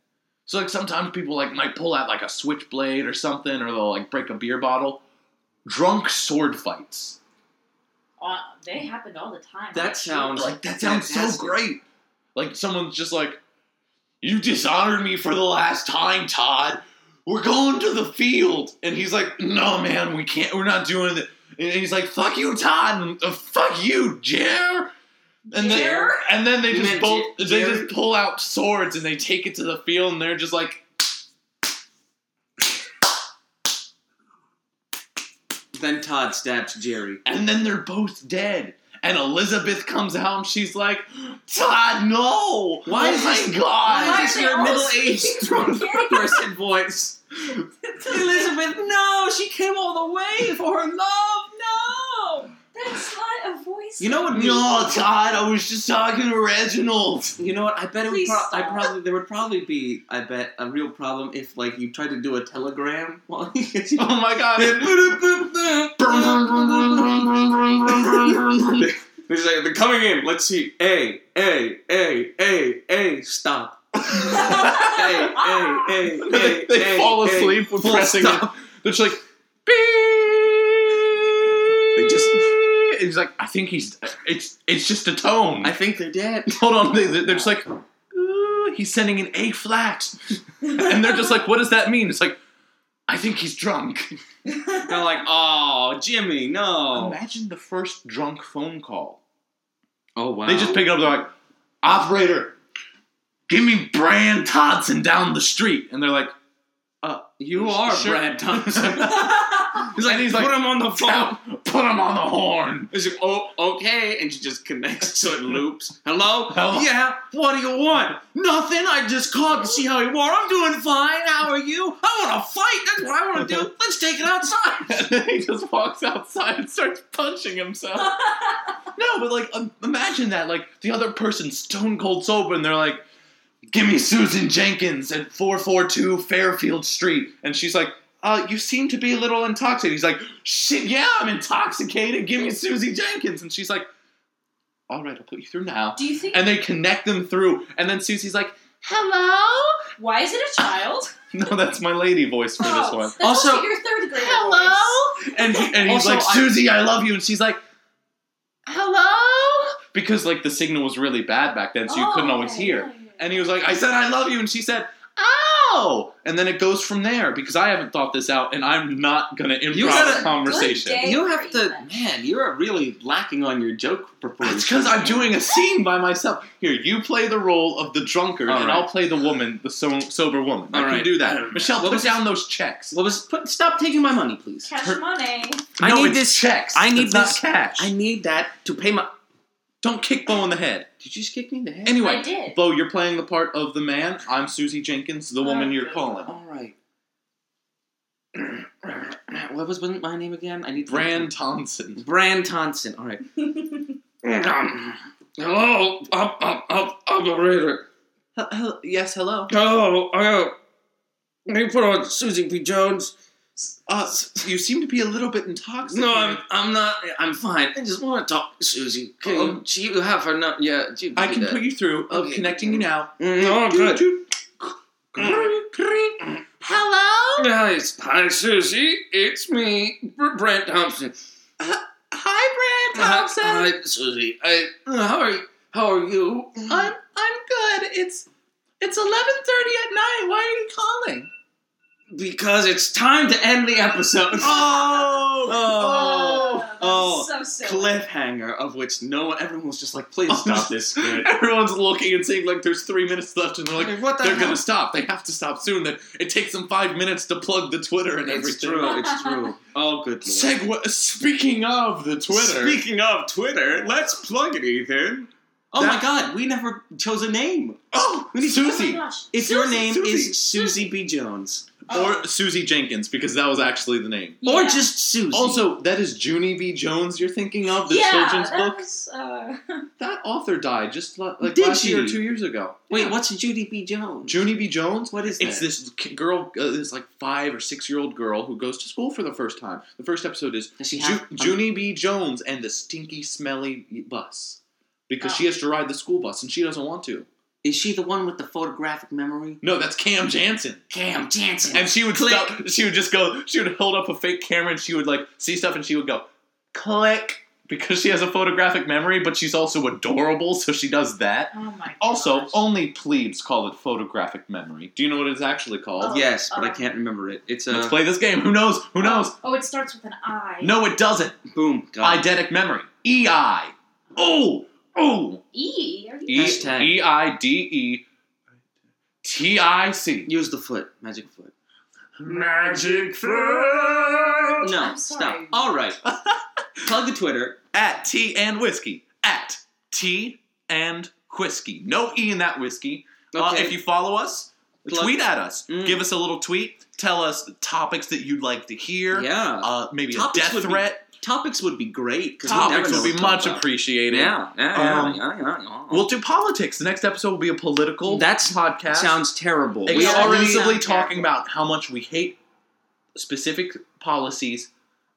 [SPEAKER 3] So like sometimes people like might pull out like a switchblade or something, or they'll like break a beer bottle. Drunk sword fights.
[SPEAKER 2] Uh, they happened all the time.
[SPEAKER 1] That sounds-
[SPEAKER 3] Like that sounds so
[SPEAKER 1] Fantastic.
[SPEAKER 3] great. Like someone's just like, "You dishonored me for the last time, Todd. We're going to the field." And he's like, "No, man, we can't. We're not doing it." And he's like, "Fuck you, Todd. And, uh, fuck you, Jer." And then,
[SPEAKER 2] Jer?
[SPEAKER 3] and then they
[SPEAKER 1] You
[SPEAKER 3] just
[SPEAKER 1] meant
[SPEAKER 3] both
[SPEAKER 1] Jer-
[SPEAKER 3] they
[SPEAKER 1] Jer?
[SPEAKER 3] just pull out swords and they take it to the field and they're just like,
[SPEAKER 1] Then Todd stabs Jerry.
[SPEAKER 3] and then they're both dead. And Elizabeth comes out and she's like, Todd, no!
[SPEAKER 1] Why
[SPEAKER 3] oh
[SPEAKER 1] is
[SPEAKER 3] my
[SPEAKER 1] this-
[SPEAKER 3] god!
[SPEAKER 2] why
[SPEAKER 1] Why is
[SPEAKER 2] are
[SPEAKER 1] this
[SPEAKER 2] they
[SPEAKER 1] your
[SPEAKER 2] all [laughs]
[SPEAKER 1] middle-aged drunk [laughs]
[SPEAKER 2] together?
[SPEAKER 1] person voice? Elizabeth, no, she came all the way for her love. No.
[SPEAKER 2] That's not a voice.
[SPEAKER 1] You know what?
[SPEAKER 3] No,
[SPEAKER 2] [laughs]
[SPEAKER 3] Todd, I was just talking to Reginald. [laughs]
[SPEAKER 1] You know what? I bet it would
[SPEAKER 2] Please
[SPEAKER 1] pro- I
[SPEAKER 2] stop.
[SPEAKER 1] probably there would probably be I bet a real problem if like you tried to do a telegram while
[SPEAKER 3] [laughs]
[SPEAKER 1] [laughs] you
[SPEAKER 3] Oh my god.
[SPEAKER 1] He's like, they're coming in. Let's see. A, A, A, A, A, stop. A, A,
[SPEAKER 3] [laughs]
[SPEAKER 1] A, A,
[SPEAKER 3] they they
[SPEAKER 1] A,
[SPEAKER 3] fall
[SPEAKER 1] A,
[SPEAKER 3] asleep when
[SPEAKER 1] full
[SPEAKER 3] pressing
[SPEAKER 1] stop.
[SPEAKER 3] it. They're just like, beep.
[SPEAKER 1] They just-
[SPEAKER 3] And he's like, I think he's. It's it's just a tone.
[SPEAKER 1] I think they're dead.
[SPEAKER 3] [laughs] Hold on, they, they're just like, "Ooh, he's sending an A flat, and they're
[SPEAKER 2] [laughs]
[SPEAKER 3] just like, what does that mean? It's like, I think he's drunk.
[SPEAKER 1] They're like, oh, Jimmy, no.
[SPEAKER 3] Imagine the first drunk phone call.
[SPEAKER 1] Oh wow.
[SPEAKER 3] They just pick it up. They're like, operator, give me Brand Todson down the street, and they're like, uh,
[SPEAKER 1] You are
[SPEAKER 3] sure.
[SPEAKER 1] Brad
[SPEAKER 3] [laughs]
[SPEAKER 1] Thompson.
[SPEAKER 3] He's like, he's
[SPEAKER 1] Put
[SPEAKER 3] like,
[SPEAKER 1] him on
[SPEAKER 3] [laughs]
[SPEAKER 1] the phone.
[SPEAKER 3] put him on the horn.
[SPEAKER 1] It's like, oh, okay, and she just connects so it loops. Hello?
[SPEAKER 3] Hello?
[SPEAKER 1] Yeah, what do you want? Nothing, I just called to see how you are. I'm doing fine, how are you? I want to fight, that's what I want to
[SPEAKER 3] [laughs]
[SPEAKER 1] do. Let's take it outside.
[SPEAKER 3] And then he just walks outside and starts punching himself. no, but like, um, imagine that. Like, the other person's stone cold sober, and they're like, "Give me Susan Jenkins at 442 Fairfield Street," and she's like. Uh, you seem to be a little intoxicated. He's like, shit, yeah, I'm intoxicated. Give me Susie Jenkins. And she's like, all right, I'll put you through now.
[SPEAKER 2] Do you think?
[SPEAKER 3] And they connect them through. And then Susie's like, hello?
[SPEAKER 2] why is it a child?
[SPEAKER 3] No, that's my lady voice for this
[SPEAKER 2] Oh,
[SPEAKER 3] one.
[SPEAKER 2] That's also,
[SPEAKER 1] Also-
[SPEAKER 2] your third grade.
[SPEAKER 3] and he, and he's
[SPEAKER 1] Also,
[SPEAKER 3] like,
[SPEAKER 1] I-
[SPEAKER 3] Susie, I love you, and she's like, hello, because like the signal was really bad back then, so you couldn't
[SPEAKER 2] Oh,
[SPEAKER 3] always hear. And he was like, I said I love you, and she said, oh, and then it goes from there because I haven't thought this out, and I'm not gonna improv
[SPEAKER 1] You gotta-
[SPEAKER 3] a conversation.
[SPEAKER 2] Good day.
[SPEAKER 1] You have to, man, you're really lacking on your joke proportion.
[SPEAKER 3] It's because I'm doing a scene by myself. Here, you play the role of the drunkard,
[SPEAKER 1] All
[SPEAKER 3] and
[SPEAKER 1] right.
[SPEAKER 3] I'll play the woman, the so- sober woman. I
[SPEAKER 1] All
[SPEAKER 3] can
[SPEAKER 1] right.
[SPEAKER 3] do that. Michelle,
[SPEAKER 1] What
[SPEAKER 3] put
[SPEAKER 1] was-
[SPEAKER 3] down those checks.
[SPEAKER 1] Well, was, put, stop taking my money, please.
[SPEAKER 2] Cash
[SPEAKER 3] Her-
[SPEAKER 2] money.
[SPEAKER 1] I
[SPEAKER 3] no,
[SPEAKER 1] need
[SPEAKER 3] it's
[SPEAKER 1] this-
[SPEAKER 3] checks.
[SPEAKER 1] I need
[SPEAKER 3] That's not
[SPEAKER 1] this-
[SPEAKER 3] cash.
[SPEAKER 1] I need that to pay my.
[SPEAKER 3] Don't kick Bo in the head.
[SPEAKER 1] Did you just kick me in the head?
[SPEAKER 3] Anyway,
[SPEAKER 2] I did.
[SPEAKER 3] Bo, you're playing the part of the man. I'm Susie Jenkins, the
[SPEAKER 1] Uh,
[SPEAKER 3] woman you're
[SPEAKER 2] Okay.
[SPEAKER 3] calling.
[SPEAKER 1] All right. [clears throat] what was wasn't my name again? I need
[SPEAKER 3] Brand Thompson.
[SPEAKER 1] Brand Thompson. All right. [laughs] hello, up, up, up, operator.
[SPEAKER 3] yes, hello.
[SPEAKER 1] Uh, Hello, I got. Can you put on Susie P. Jones?
[SPEAKER 3] Uh, you seem to be a little bit intoxicated.
[SPEAKER 1] No, I'm. I'm not. I'm fine. I just want to talk to Susie. Can you,
[SPEAKER 3] Um,
[SPEAKER 1] she, you have her number? Yeah. She,
[SPEAKER 3] I can put you through. I'm
[SPEAKER 1] Okay. Mm,
[SPEAKER 3] connecting you now.
[SPEAKER 1] No, I'm good.
[SPEAKER 3] Hello?
[SPEAKER 1] guys. Hi, Susie. It's me, Br- Brent Thompson.
[SPEAKER 6] Hi, Brad
[SPEAKER 1] Hi-
[SPEAKER 6] Thompson.
[SPEAKER 1] Hi, Susie. I, how are you? How are you?
[SPEAKER 6] I'm I'm good. It's it's eleven thirty at night. Why are you calling?
[SPEAKER 1] Because it's time to end the episode.
[SPEAKER 3] [laughs]
[SPEAKER 1] [laughs]
[SPEAKER 3] Oh,
[SPEAKER 1] Oh.
[SPEAKER 2] Ugh,
[SPEAKER 1] oh,
[SPEAKER 2] so silly.
[SPEAKER 1] cliffhanger of which no one, everyone was just like, please stop [laughs] this. shit.
[SPEAKER 3] Everyone's looking and seeing like there's three minutes left, and they're like,
[SPEAKER 1] I mean, Oh. what the
[SPEAKER 3] they're
[SPEAKER 1] hell?
[SPEAKER 3] gonna stop. They have to stop soon. They- It takes them five minutes to plug the Twitter and
[SPEAKER 1] It's
[SPEAKER 3] everything.
[SPEAKER 1] true. It's [laughs] true. Oh, good lord.
[SPEAKER 3] Segue. Speaking of the Twitter,
[SPEAKER 1] Speaking of Twitter, let's plug it, Ethan. Oh
[SPEAKER 3] That-
[SPEAKER 1] my god, we never chose a name.
[SPEAKER 3] oh
[SPEAKER 1] We need-
[SPEAKER 2] Oh my
[SPEAKER 3] Susie
[SPEAKER 2] gosh.
[SPEAKER 1] If your
[SPEAKER 2] Susie.
[SPEAKER 1] name
[SPEAKER 3] Susie.
[SPEAKER 1] is Susie B. Jones,
[SPEAKER 2] Oh,
[SPEAKER 3] or Susie Jenkins because that was actually the name.
[SPEAKER 2] yeah.
[SPEAKER 1] or just Susie.
[SPEAKER 3] Also, that is Junie B. Jones you're thinking of the
[SPEAKER 2] yeah,
[SPEAKER 3] children's
[SPEAKER 2] that
[SPEAKER 3] book.
[SPEAKER 2] was, uh, [laughs]
[SPEAKER 3] That author died just li- like
[SPEAKER 1] Did
[SPEAKER 3] last year or
[SPEAKER 1] she?
[SPEAKER 3] two years ago.
[SPEAKER 1] wait,
[SPEAKER 3] Yeah.
[SPEAKER 1] what's Judy B. Jones?
[SPEAKER 3] Junie B. Jones?
[SPEAKER 1] what is
[SPEAKER 3] It's
[SPEAKER 1] that?
[SPEAKER 3] this k- girl, uh, this like five or six year old girl who goes to school for the first time. The first episode is
[SPEAKER 1] Does she
[SPEAKER 3] Ju-
[SPEAKER 1] have
[SPEAKER 3] Junie B. Jones and the stinky, smelly bus because
[SPEAKER 2] Oh.
[SPEAKER 3] she has to ride the school bus and she doesn't want to.
[SPEAKER 1] Is she the one with the photographic memory?
[SPEAKER 3] No, that's Cam Jansen.
[SPEAKER 1] Cam Jansen.
[SPEAKER 3] And she would
[SPEAKER 1] Click.
[SPEAKER 3] stop. She would just go. She would hold up a fake camera and she would like see stuff and she would go click because she has a photographic memory, but she's also adorable, so she does that.
[SPEAKER 2] oh my.
[SPEAKER 3] Also,
[SPEAKER 2] gosh.
[SPEAKER 3] only plebes call it photographic memory. Do you know what it's actually called?
[SPEAKER 2] Oh,
[SPEAKER 1] yes, but I
[SPEAKER 2] um,
[SPEAKER 1] can't remember it. It's
[SPEAKER 3] Let's
[SPEAKER 1] a
[SPEAKER 3] play this game. Who knows? Who knows?
[SPEAKER 2] Oh, it starts with an I.
[SPEAKER 3] No, it doesn't.
[SPEAKER 1] boom. God.
[SPEAKER 3] Eidetic memory. E I. Oh, oh.
[SPEAKER 2] E. Are you
[SPEAKER 3] E
[SPEAKER 1] Hashtag.
[SPEAKER 3] E I D E T I C.
[SPEAKER 1] Use the foot, magic foot.
[SPEAKER 3] Magic fruit.
[SPEAKER 1] No,
[SPEAKER 2] Oh, I'm
[SPEAKER 1] stop.
[SPEAKER 2] sorry.
[SPEAKER 1] All
[SPEAKER 2] [laughs]
[SPEAKER 1] right, plug the Twitter.
[SPEAKER 3] At tea and whiskey. At tea and whiskey. No e in that whiskey. Uh,
[SPEAKER 1] Okay.
[SPEAKER 3] if you follow us,
[SPEAKER 1] Plug-
[SPEAKER 3] tweet at us.
[SPEAKER 1] Mm.
[SPEAKER 3] Give us a little tweet. Tell us the topics that you'd like to hear.
[SPEAKER 1] yeah,
[SPEAKER 3] Uh, maybe
[SPEAKER 1] Topics
[SPEAKER 3] a death
[SPEAKER 1] would be-
[SPEAKER 3] threat.
[SPEAKER 1] topics would be great. 'cause we never
[SPEAKER 3] topics
[SPEAKER 1] know
[SPEAKER 3] will be
[SPEAKER 1] what to talk
[SPEAKER 3] much
[SPEAKER 1] about.
[SPEAKER 3] appreciated.
[SPEAKER 1] Yeah, yeah, yeah,
[SPEAKER 3] Um,
[SPEAKER 1] yeah, yeah, yeah.
[SPEAKER 3] We'll do politics. The next episode will be a political
[SPEAKER 1] That's-
[SPEAKER 3] podcast.
[SPEAKER 1] sounds terrible. We
[SPEAKER 2] Exactly.
[SPEAKER 1] already
[SPEAKER 3] exclusively
[SPEAKER 2] sound
[SPEAKER 3] talking about how much we hate specific policies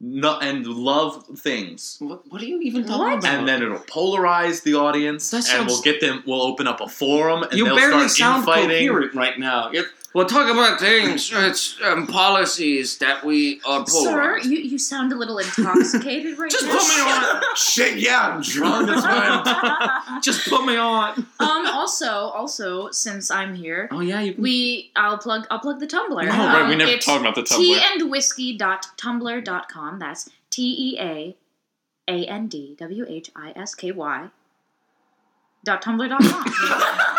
[SPEAKER 3] no, and love things.
[SPEAKER 1] What, what are you even talking
[SPEAKER 2] What?
[SPEAKER 1] about?
[SPEAKER 3] And then it'll polarize the audience,
[SPEAKER 1] That
[SPEAKER 3] and we'll
[SPEAKER 1] sounds-
[SPEAKER 3] get them. We'll open up a forum, and
[SPEAKER 1] you
[SPEAKER 3] they'll
[SPEAKER 1] barely
[SPEAKER 3] start
[SPEAKER 1] sound
[SPEAKER 3] infighting.
[SPEAKER 1] coherent right now. If- we'll talk about things, it's, um, policies that we are
[SPEAKER 2] Sir,
[SPEAKER 1] polarized.
[SPEAKER 2] you, you sound a little intoxicated right
[SPEAKER 3] Just
[SPEAKER 2] now.
[SPEAKER 3] put me
[SPEAKER 1] [laughs]
[SPEAKER 3] on. Shit, yeah, I'm drunk. [laughs]
[SPEAKER 2] [laughs]
[SPEAKER 3] That's why I'm-
[SPEAKER 1] Just put me on.
[SPEAKER 2] um. Also, also, since I'm here,
[SPEAKER 1] Oh yeah, you can.
[SPEAKER 2] we I'll plug I'll plug the Tumblr.
[SPEAKER 3] No,
[SPEAKER 2] um,
[SPEAKER 3] Oh, right, we never
[SPEAKER 2] it's
[SPEAKER 3] talked about the
[SPEAKER 2] Tea
[SPEAKER 3] Tumblr.
[SPEAKER 2] and whiskey.tumblr.com. That's T E A A N D W H I S K Y dot tumblr.com.
[SPEAKER 1] [laughs]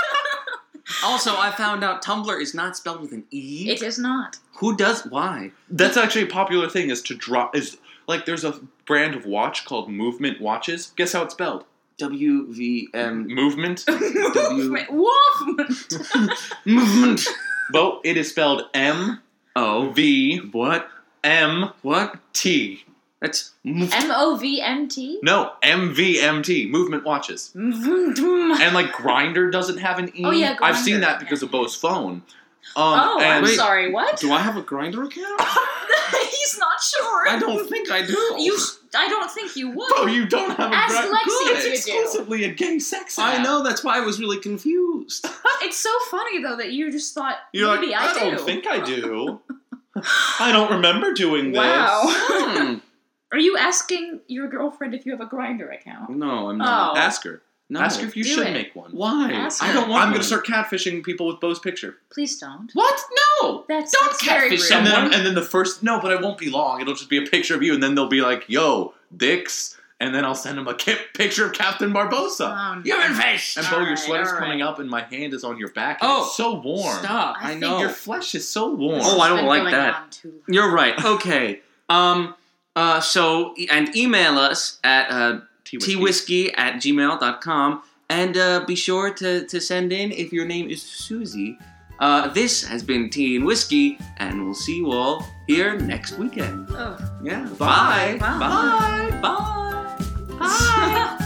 [SPEAKER 1] Also, I found out Tumblr is not spelled with an e.
[SPEAKER 2] it is not.
[SPEAKER 1] Who does? Why?
[SPEAKER 3] That's actually a popular thing. Is to drop is like there's a brand of watch called Movement watches. Guess how it's spelled?
[SPEAKER 1] W V M [laughs]
[SPEAKER 3] Movement.
[SPEAKER 1] [laughs] W
[SPEAKER 2] Woof!
[SPEAKER 1] [laughs] movement.
[SPEAKER 3] But it is spelled M
[SPEAKER 1] Oh,
[SPEAKER 3] V
[SPEAKER 1] what?
[SPEAKER 3] M
[SPEAKER 1] What?
[SPEAKER 3] T.
[SPEAKER 1] That's mov-
[SPEAKER 2] M O V M T?
[SPEAKER 3] No, M V M T. Movement watches.
[SPEAKER 2] Oh,
[SPEAKER 3] And like Grinder doesn't have an E.
[SPEAKER 2] Oh, yeah,
[SPEAKER 3] I've seen
[SPEAKER 2] Grindr,
[SPEAKER 3] that because
[SPEAKER 2] yeah.
[SPEAKER 3] of Bo's phone. Um,
[SPEAKER 2] Oh, I'm
[SPEAKER 3] and
[SPEAKER 1] wait.
[SPEAKER 2] sorry, what?
[SPEAKER 1] Do I have a grinder account?
[SPEAKER 2] [laughs] He's not sure.
[SPEAKER 1] I don't think I do.
[SPEAKER 2] You, I don't think you would.
[SPEAKER 3] Bo, Oh, you don't have a
[SPEAKER 2] Ask
[SPEAKER 3] Grindr.
[SPEAKER 2] Lexi
[SPEAKER 3] It's
[SPEAKER 2] if you do.
[SPEAKER 3] exclusively a gay sex app.
[SPEAKER 1] I know. That's why I was really confused.
[SPEAKER 2] It's so funny though that you just thought
[SPEAKER 3] You're like,
[SPEAKER 2] maybe
[SPEAKER 3] I,
[SPEAKER 2] I, do.
[SPEAKER 3] don't think I
[SPEAKER 2] [gasps]
[SPEAKER 3] do. I don't remember doing this.
[SPEAKER 2] wow.
[SPEAKER 1] [laughs] Hmm.
[SPEAKER 2] Are you asking your girlfriend if you have a grinder account?
[SPEAKER 1] No, I'm
[SPEAKER 2] Oh.
[SPEAKER 1] not.
[SPEAKER 3] [laughs] Ask her.
[SPEAKER 1] No.
[SPEAKER 3] Ask her if you
[SPEAKER 2] Do
[SPEAKER 3] should
[SPEAKER 2] it.
[SPEAKER 3] make one.
[SPEAKER 1] Why?
[SPEAKER 2] Ask
[SPEAKER 1] I
[SPEAKER 2] her.
[SPEAKER 1] don't want.
[SPEAKER 3] I'm
[SPEAKER 1] one.
[SPEAKER 3] going to start catfishing people with Bo's picture.
[SPEAKER 2] Please don't.
[SPEAKER 1] What? No.
[SPEAKER 2] That's
[SPEAKER 1] Don't
[SPEAKER 2] that's very
[SPEAKER 1] catfish
[SPEAKER 2] rude.
[SPEAKER 1] someone.
[SPEAKER 3] And then, and then the first no, but it won't be long. It'll just be a picture of you, and then they'll be like, "Yo, dicks," and then I'll send them a [laughs] ki- picture of Captain Barbosa.
[SPEAKER 2] Um,
[SPEAKER 1] Human face.
[SPEAKER 3] and Bo, your
[SPEAKER 2] alright,
[SPEAKER 3] sweater's
[SPEAKER 2] alright.
[SPEAKER 3] coming up, and my hand is on your back. and
[SPEAKER 1] Oh,
[SPEAKER 3] it's so warm.
[SPEAKER 1] Stop.
[SPEAKER 2] I
[SPEAKER 1] I,
[SPEAKER 2] think
[SPEAKER 1] know.
[SPEAKER 3] Your flesh is so warm.
[SPEAKER 2] this
[SPEAKER 1] Oh,
[SPEAKER 2] has
[SPEAKER 1] I don't
[SPEAKER 2] been
[SPEAKER 1] like
[SPEAKER 2] going
[SPEAKER 1] that.
[SPEAKER 2] on too long.
[SPEAKER 1] You're right. Okay. um. Uh. So and email us at uh,
[SPEAKER 3] Tea whiskey.
[SPEAKER 1] twhiskey at gmail.com and uh, be sure to, to send in if your name is Susie. Uh, this has been Tea and Whiskey, and we'll see you all here
[SPEAKER 2] Oh,
[SPEAKER 1] next weekend.
[SPEAKER 2] Ugh.
[SPEAKER 1] Yeah.
[SPEAKER 3] Bye.
[SPEAKER 2] [laughs]
[SPEAKER 1] Bye. Bye. Bye.
[SPEAKER 2] Ah.